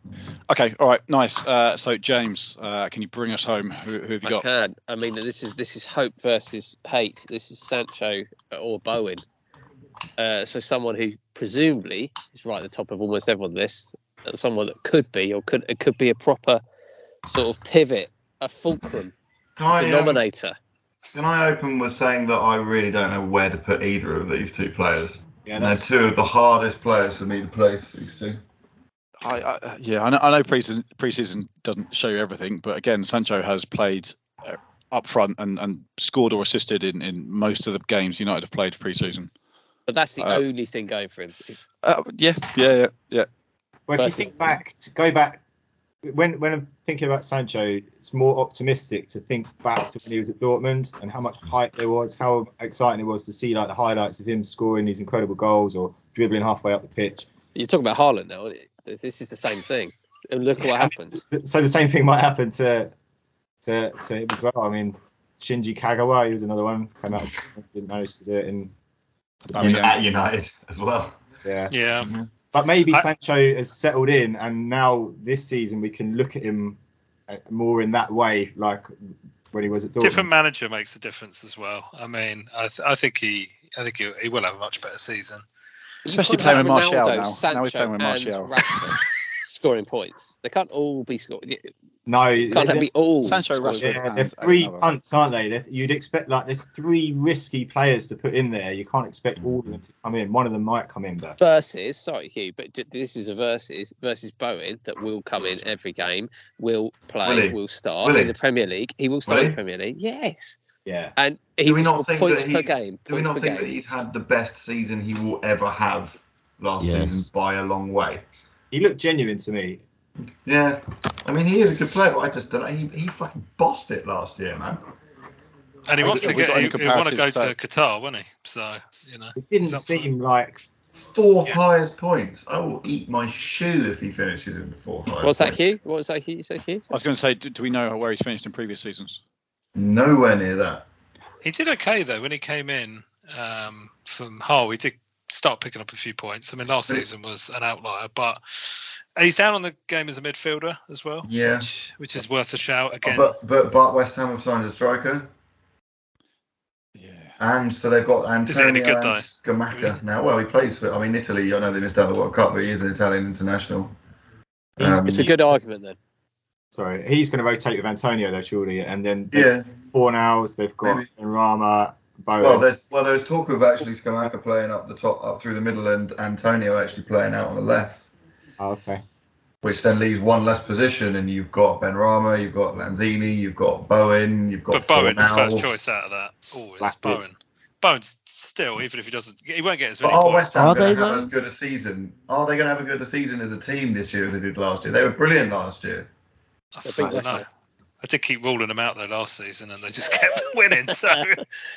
Speaker 4: Mm.
Speaker 1: Okay, all right, nice. Uh, so James, uh, can you bring us home? Who, who have you
Speaker 2: I
Speaker 1: got?
Speaker 2: can. I mean, this is this is hope versus hate. This is Sancho or Bowen. Uh, so someone who presumably is right at the top of almost everyone's list, and someone that could be or could it could be a proper sort of pivot, a fulcrum,
Speaker 3: Can I um,
Speaker 2: denominator.
Speaker 3: can I open with saying that I really don't know where to put either of these two players?
Speaker 4: Yeah,
Speaker 3: And they're
Speaker 4: that's,
Speaker 3: two of the hardest players for me to place these two.
Speaker 1: I, I, yeah, I know, I know preseason, preseason doesn't show you everything, but again, Sancho has played uh, up front and, and scored or assisted in, in most of the games United have played preseason.
Speaker 2: But that's the
Speaker 1: uh,
Speaker 2: only thing going for him.
Speaker 1: Uh, yeah, yeah, yeah, yeah.
Speaker 4: well, if you
Speaker 2: Person.
Speaker 4: think back, to go back, when when I'm thinking about Sancho, it's more optimistic to think back to when he was at Dortmund and how much hype there was, how exciting it was to see like the highlights of him scoring these incredible goals or dribbling halfway up the pitch.
Speaker 2: You're talking about Haaland now. aren't you? This is the same thing. And look what happened.
Speaker 4: Th- So the same thing might happen to to to him as well. I mean, Shinji Kagawa, he was another one, came out, didn't manage to do it, and
Speaker 1: I mean,
Speaker 3: In- at United as well.
Speaker 4: yeah.
Speaker 5: Yeah.
Speaker 4: But maybe
Speaker 5: I-
Speaker 4: Sancho has settled in, and now this season we can look at him uh, more in that way, like when he was at Dortmund.
Speaker 5: Different manager makes a difference as well. I mean, I, th- I think he, I think he, he will have a much better season.
Speaker 2: You
Speaker 1: Especially
Speaker 2: can't
Speaker 1: playing
Speaker 2: have
Speaker 1: with Martial now.
Speaker 2: Ronaldo,
Speaker 1: Now he's playing with
Speaker 2: Sancho and
Speaker 1: Martial.
Speaker 2: Rashford scoring points. They can't all be scored. You
Speaker 4: No,
Speaker 2: can't have
Speaker 4: they're-
Speaker 2: be all.
Speaker 1: Sancho,
Speaker 2: scoring
Speaker 1: Rashford,
Speaker 2: points.
Speaker 4: yeah,
Speaker 1: and
Speaker 4: they're three
Speaker 1: another.
Speaker 4: punts, aren't they? They're, you'd expect like there's three risky players to put in there. You can't expect all of them to come in. One of them might come in, but
Speaker 2: Versus, sorry Hugh, but d- this is a versus versus Bowen that will come in every game, will play,
Speaker 3: Will he?
Speaker 2: will start
Speaker 3: Will he?
Speaker 2: in the Premier League. He will start
Speaker 3: Will
Speaker 2: in the
Speaker 3: he?
Speaker 2: Premier League, yes.
Speaker 4: yeah,
Speaker 2: And he
Speaker 3: Do we
Speaker 2: will
Speaker 3: not
Speaker 2: score
Speaker 3: think
Speaker 2: points
Speaker 3: that he-
Speaker 2: per game.
Speaker 3: Do we
Speaker 2: points
Speaker 3: not
Speaker 2: per
Speaker 3: think
Speaker 2: game.
Speaker 3: that he's had the best season he will ever have last
Speaker 6: Yes.
Speaker 3: season by a long way?
Speaker 4: he looked genuine to me.
Speaker 3: Yeah, I mean he is a good player, but I just don't. know. He he fucking bossed it last year, man.
Speaker 5: And he
Speaker 1: I
Speaker 5: wants
Speaker 1: don't think
Speaker 5: to
Speaker 1: we've
Speaker 5: get.
Speaker 1: got any
Speaker 5: He, he want to go
Speaker 1: comparatives
Speaker 5: to Qatar, won't he? So you know.
Speaker 4: It didn't
Speaker 5: He's up for
Speaker 4: seem like
Speaker 3: Fourth
Speaker 5: Yeah.
Speaker 3: highest points. I will eat my shoe if he finishes in the fourth highest.
Speaker 2: What's that,
Speaker 3: points.
Speaker 2: Hugh? What was that, Hugh? You said Hugh?
Speaker 1: I was going to say, do, do we know where he's finished in previous seasons?
Speaker 3: Nowhere near that.
Speaker 5: He did okay though when he came in um, from Hull. He did start picking up a few points. I mean, last
Speaker 3: Really?
Speaker 5: season was an outlier, but he's down on the game as a midfielder as well,
Speaker 3: Yeah.
Speaker 5: which is worth a shout again.
Speaker 3: But but but West Ham have signed a striker,
Speaker 1: Yeah.
Speaker 3: and so they've got
Speaker 5: Is he
Speaker 3: Antonio
Speaker 5: any good,
Speaker 3: and
Speaker 5: though? Is
Speaker 3: Scamacca now. Well, he plays for. I mean, Italy. I know they missed out the World Cup, but he is an Italian international.
Speaker 4: He's-
Speaker 3: Um,
Speaker 2: It's a good argument then.
Speaker 4: sorry, he's going to rotate with Antonio though, surely, and then they've
Speaker 3: Yeah.
Speaker 4: got four nows. They've got
Speaker 3: Maybe.
Speaker 4: Enrama, Bowen.
Speaker 3: Well, there's well, there's talk of actually Scamacca playing up the top, up through the middle, and Antonio actually playing out on the left,
Speaker 4: oh, okay.
Speaker 3: which then leaves one less position, and you've got Ben Rama, you've got Lanzini, you've got Bowen, you've got.
Speaker 5: But Bowen's
Speaker 3: Fornals.
Speaker 5: first choice out of that always.
Speaker 4: That's it.
Speaker 5: Bowen. Bowen's still, even if he doesn't, he won't get as
Speaker 3: But
Speaker 5: many
Speaker 3: are West
Speaker 5: points.
Speaker 3: Ham
Speaker 6: Are
Speaker 3: going
Speaker 6: they,
Speaker 3: to have
Speaker 6: though?
Speaker 3: as good a season? Are they going to have as good a season as a team this year as they did last year? They were brilliant last year.
Speaker 5: I
Speaker 2: They're big
Speaker 5: don't
Speaker 2: West
Speaker 5: know.
Speaker 2: Ham.
Speaker 5: I did keep ruling them out though last season, and they just kept winning. So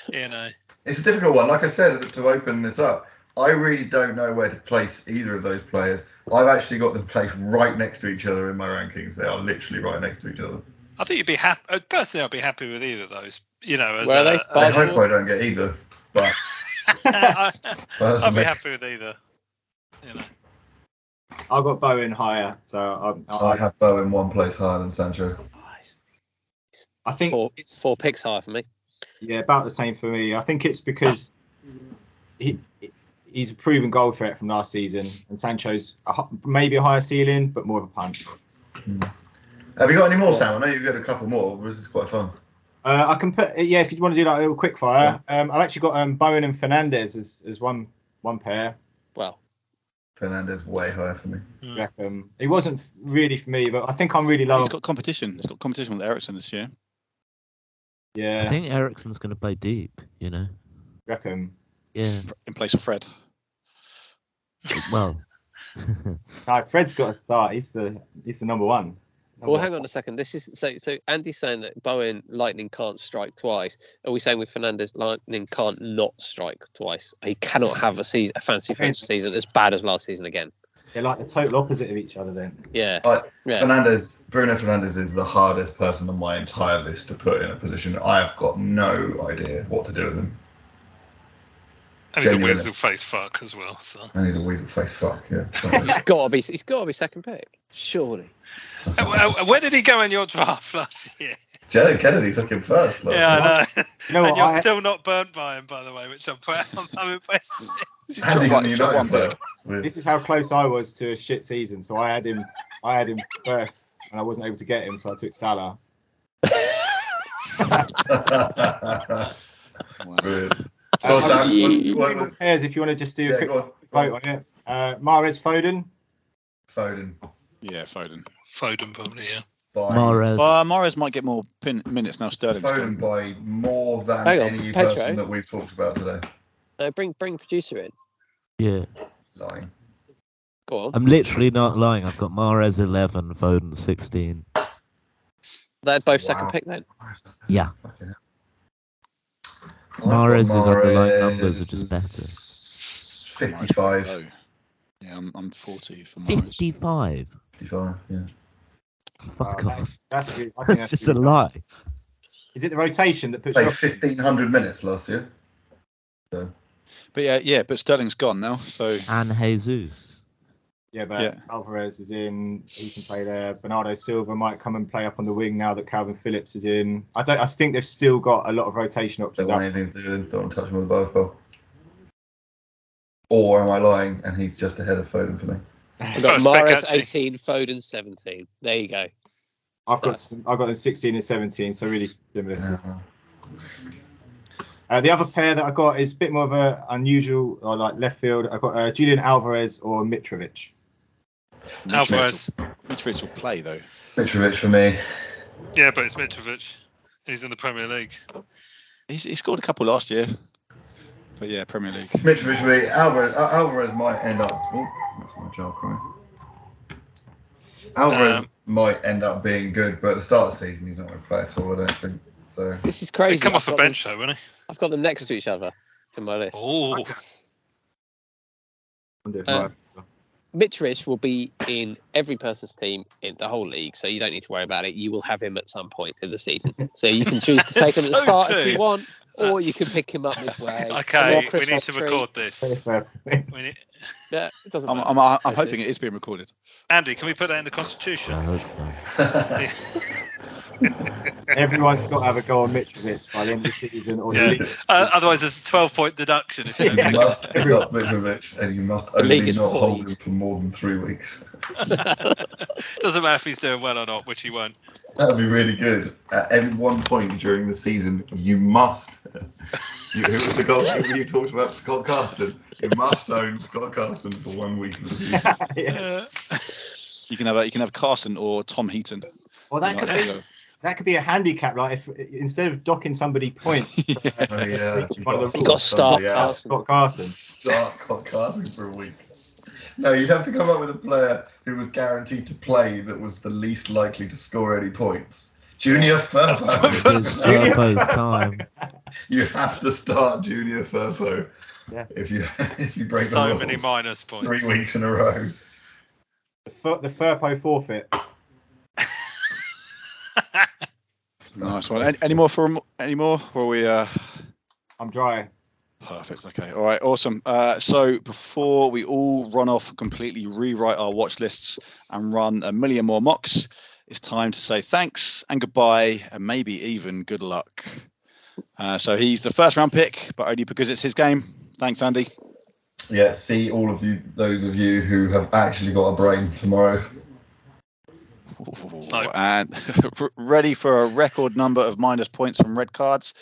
Speaker 5: you know,
Speaker 3: It's a difficult one. Like I said, to open this up, I really don't know where to place either of those players. I've actually got them placed right next to each other in my rankings. They are literally right next to each other.
Speaker 5: I think you'd be happy. Personally, I'd be happy with either of those. You know, as
Speaker 2: Where are
Speaker 5: a-
Speaker 2: they?
Speaker 3: I
Speaker 2: Barnes
Speaker 3: hope
Speaker 2: Hall?
Speaker 3: I don't get either. But
Speaker 5: I- I'd be
Speaker 3: personally,
Speaker 5: happy with either. You know.
Speaker 4: I've got Bowen higher, so I'm,
Speaker 3: Oh, I
Speaker 4: I,
Speaker 3: have Bowen one place higher than Sancho.
Speaker 4: I think
Speaker 2: Four,
Speaker 4: it's
Speaker 2: four picks higher for me.
Speaker 4: Yeah, about the same for me. I think it's because he he's a proven goal threat from last season, and Sancho's a, hi- maybe a higher ceiling, but more of a punt.
Speaker 3: Have you got any more, Sam? I know you've got a couple more. This is quite fun.
Speaker 4: Uh, I can put yeah, if you want to do like a little quick fire. Um, I've actually got um, Bowen and Fernandez as, as one one pair.
Speaker 2: Well,
Speaker 3: Fernandez way higher for me.
Speaker 5: Mm.
Speaker 4: Beckham. It wasn't really for me, but I think I'm really low.
Speaker 1: He's got competition. He's got competition with Ericsson this year.
Speaker 6: I
Speaker 4: yeah,
Speaker 6: think Ericsson's going to play deep, you know?
Speaker 4: Beckham.
Speaker 6: Yeah.
Speaker 1: In place of Fred.
Speaker 6: Well,
Speaker 4: No, Fred's got to start. He's the he's the number one. Number
Speaker 2: well, hang on a second. This is so. So Andy's saying that Bowen Lightning can't strike twice. Are we saying with Fernandez Lightning can't not strike twice? He cannot have a season, a fancy
Speaker 4: Okay.
Speaker 2: French season as bad as last season again.
Speaker 4: They're like the total opposite of each other then.
Speaker 2: Yeah,
Speaker 3: I,
Speaker 2: yeah.
Speaker 3: Fernandez, Bruno Fernandez is the hardest person on my entire list to put in a position. I have got no idea what to do with him,
Speaker 5: And he's a
Speaker 3: Genuinely.
Speaker 5: weasel face fuck as well. So
Speaker 3: and he's a weasel face fuck. Yeah.
Speaker 2: he's got to be. He's got to be second pick. Surely.
Speaker 5: Uh, uh, where did he go in your draft last year?
Speaker 3: Jared Kennedy took him first. last
Speaker 5: Yeah,
Speaker 3: night.
Speaker 5: I know.
Speaker 4: You know
Speaker 5: and
Speaker 4: what?
Speaker 5: you're
Speaker 4: I,
Speaker 5: still not burnt by him, by the way, which I'm, proud- I'm, I'm impressed. with.
Speaker 3: Andy
Speaker 1: Right,
Speaker 3: from the
Speaker 1: he's got
Speaker 3: United
Speaker 1: one
Speaker 3: player. With-
Speaker 4: This is how close I was to a shit season. So I had him, I had him first, and I wasn't able to get him, so I took Salah.
Speaker 1: Wow.
Speaker 3: Brilliant.
Speaker 4: Uh,
Speaker 3: Well, Sam,
Speaker 2: yeah.
Speaker 3: what-
Speaker 4: Table
Speaker 3: what-
Speaker 4: of pairs, if you want to just do a
Speaker 3: yeah,
Speaker 4: quick
Speaker 3: go on.
Speaker 4: vote on it. Uh, Mares Foden.
Speaker 3: Foden.
Speaker 1: Yeah, Foden.
Speaker 5: Foden probably, yeah.
Speaker 3: By,
Speaker 6: Mares.
Speaker 1: Well, Morris might get more pin- minutes now. Sterling.
Speaker 3: Foden by more than
Speaker 2: Hang on,
Speaker 3: any
Speaker 2: Pedro.
Speaker 3: person that we've talked about today.
Speaker 2: No, Uh, bring bring producer in.
Speaker 6: Yeah.
Speaker 3: Lying.
Speaker 2: Go on.
Speaker 6: I'm literally not lying. I've got Mares 11, Foden 16.
Speaker 2: They're both second
Speaker 3: Wow.
Speaker 2: pick then.
Speaker 6: Yeah.
Speaker 3: Fucking hell. I've got
Speaker 6: Mahrez's underlying numbers are just
Speaker 3: Mahrez
Speaker 1: Low.
Speaker 3: 55.
Speaker 1: Oh. Yeah, I'm, I'm 40 for Morris.
Speaker 6: 55.
Speaker 3: 55, yeah.
Speaker 6: Fuck
Speaker 4: Wow,
Speaker 6: off.
Speaker 4: Oh, that's, that's, really, I think
Speaker 6: That's
Speaker 4: that's
Speaker 6: just a
Speaker 4: really-
Speaker 6: lie.
Speaker 4: Is it the rotation that puts?
Speaker 3: Played
Speaker 4: you off?
Speaker 3: 1,500 minutes last year.
Speaker 1: But yeah, yeah, but Sterling's gone now, so
Speaker 6: And Jesus.
Speaker 4: Yeah, but
Speaker 1: Yeah.
Speaker 4: Alvarez is in. He can play there. Bernardo Silva might come and play up on the wing now that Calvin Phillips is in. I don't. I think they've still got a lot of rotation
Speaker 3: Don't
Speaker 4: options.
Speaker 3: want
Speaker 4: Up.
Speaker 3: anything to do with him. Don't want to touch him with a bowling ball. Or am I lying and he's just ahead of Foden for me?
Speaker 2: I've got
Speaker 5: First pick,
Speaker 2: Morris
Speaker 5: actually.
Speaker 2: 18, Foden 17. There you go.
Speaker 4: I've got
Speaker 2: Nice.
Speaker 4: some, I've got them 16 and 17, so really similar. To,
Speaker 3: Yeah.
Speaker 4: uh, the other pair that I got is a bit more of a unusual or like left field. I got uh, Julian Alvarez or Mitrovic.
Speaker 5: Alvarez.
Speaker 1: Mitrovic will play though.
Speaker 3: Mitrovic for me.
Speaker 5: Yeah, but it's Mitrovic. He's in the Premier League.
Speaker 1: He's, he scored a couple last year. But yeah, Premier League.
Speaker 3: Mitrovic for me. Alvarez, Al- Alvarez might end up. Oh, that's my child crying. Alvarez
Speaker 5: Um,
Speaker 3: might end up being good, but at the start of the season, he's not going to play at all, I don't think. So,
Speaker 2: This is
Speaker 5: He
Speaker 2: crazy.
Speaker 5: come
Speaker 2: I've
Speaker 5: off a
Speaker 2: got them-
Speaker 5: bench though, wouldn't he?
Speaker 2: I've got them next to each other in my list.
Speaker 5: Oh,
Speaker 4: Wonder if
Speaker 2: Uh,
Speaker 4: I-
Speaker 2: Mitrovic will be in every person's team in the whole league, so you don't need to worry about it. You will have him at some point in the season, so you can choose to take him at the
Speaker 5: So
Speaker 2: start if
Speaker 5: true.
Speaker 2: you want, or you can pick him up midway. Or
Speaker 5: okay. We
Speaker 2: Chris
Speaker 5: need to
Speaker 2: Hockley.
Speaker 5: record this.
Speaker 4: if, uh,
Speaker 5: We need...
Speaker 2: Yeah, it doesn't
Speaker 1: I'm,
Speaker 2: matter.
Speaker 1: I'm, I'm
Speaker 2: That's
Speaker 1: hoping it is being recorded.
Speaker 5: Andy, can we put that in the
Speaker 6: I
Speaker 5: Constitution? Uh,
Speaker 6: hope so.
Speaker 5: Yeah.
Speaker 4: everyone's got to have a go on Mitrovic by the end of the season. Or
Speaker 5: Yeah.
Speaker 4: the league.
Speaker 5: Uh, otherwise, there's a 12 point deduction if you don't
Speaker 3: you
Speaker 5: pick him.
Speaker 3: must pick up Mitrovic, and you must only
Speaker 2: league
Speaker 3: not
Speaker 2: is
Speaker 3: hold
Speaker 2: void.
Speaker 3: him for more than three weeks.
Speaker 5: Doesn't matter if he's doing well or not, which he won't.
Speaker 3: That would be really good. At every one point during the season, you must. You, who was the goalkeeper you talked about? Scott Carson. You must own Scott Carson for one week of the season.
Speaker 4: Yeah.
Speaker 5: Uh,
Speaker 1: You can have you can have Carson or Tom Heaton.
Speaker 4: Well, that could be that could be a handicap. Like if instead of docking somebody point, uh,
Speaker 3: Oh, yeah.
Speaker 4: One of the
Speaker 2: You've got to start
Speaker 3: Yeah.
Speaker 2: Carson.
Speaker 4: Scott Carson.
Speaker 3: Start Scott Carson for a week. No, you'd have to come up with a player who was guaranteed to play that was the least likely to score any points. Junior Furpo.
Speaker 6: It's Turbo's time.
Speaker 3: you have to start Junior Furpo.
Speaker 4: Yeah.
Speaker 3: If you if you break the
Speaker 5: so
Speaker 3: rules.
Speaker 5: many minus points.
Speaker 3: three weeks in a row.
Speaker 4: The, fur, the Furpo forfeit.
Speaker 1: Nice one. Any, any more from any more? Or are we uh
Speaker 4: I'm dry.
Speaker 1: Perfect. Okay. All right. Awesome. Uh, so before we all run off and completely rewrite our watch lists and run a million more mocks, it's time to say thanks and goodbye and maybe even good luck. Uh, so he's the first round pick, but only because it's his game. Thanks, Andy.
Speaker 3: Yeah, see all of you, those of you who have actually got a brain tomorrow.
Speaker 5: No.
Speaker 1: And ready for a record number of minus points from red cards.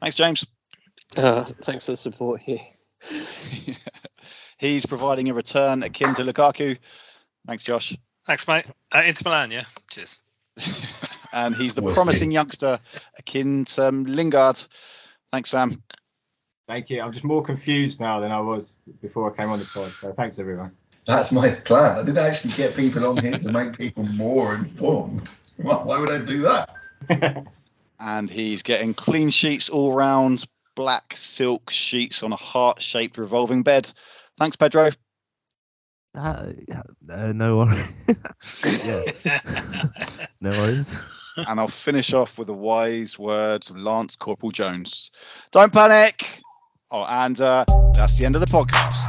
Speaker 1: Thanks, James.
Speaker 2: Uh, thanks for the support here.
Speaker 1: He's providing a return akin to Lukaku. Thanks, Josh.
Speaker 5: Thanks, mate. Uh, Inter Milan, yeah. Cheers.
Speaker 1: and he's the
Speaker 3: We'll
Speaker 1: promising
Speaker 3: see.
Speaker 1: youngster akin to um, Lingard. Thanks, Sam.
Speaker 4: Thank you. I'm just more confused now than I was before I came on the pod. So thanks everyone.
Speaker 3: That's my plan. I did actually get people on here to make people more informed. Why why would I do that?
Speaker 1: And he's getting clean sheets all round, black silk sheets on a heart shaped revolving bed. Thanks, Pedro.
Speaker 6: Uh, uh, no worries. yeah. no worries.
Speaker 1: and I'll finish off with the wise words of Lance Corporal Jones. Don't panic. Oh, and uh, that's the end of the podcast.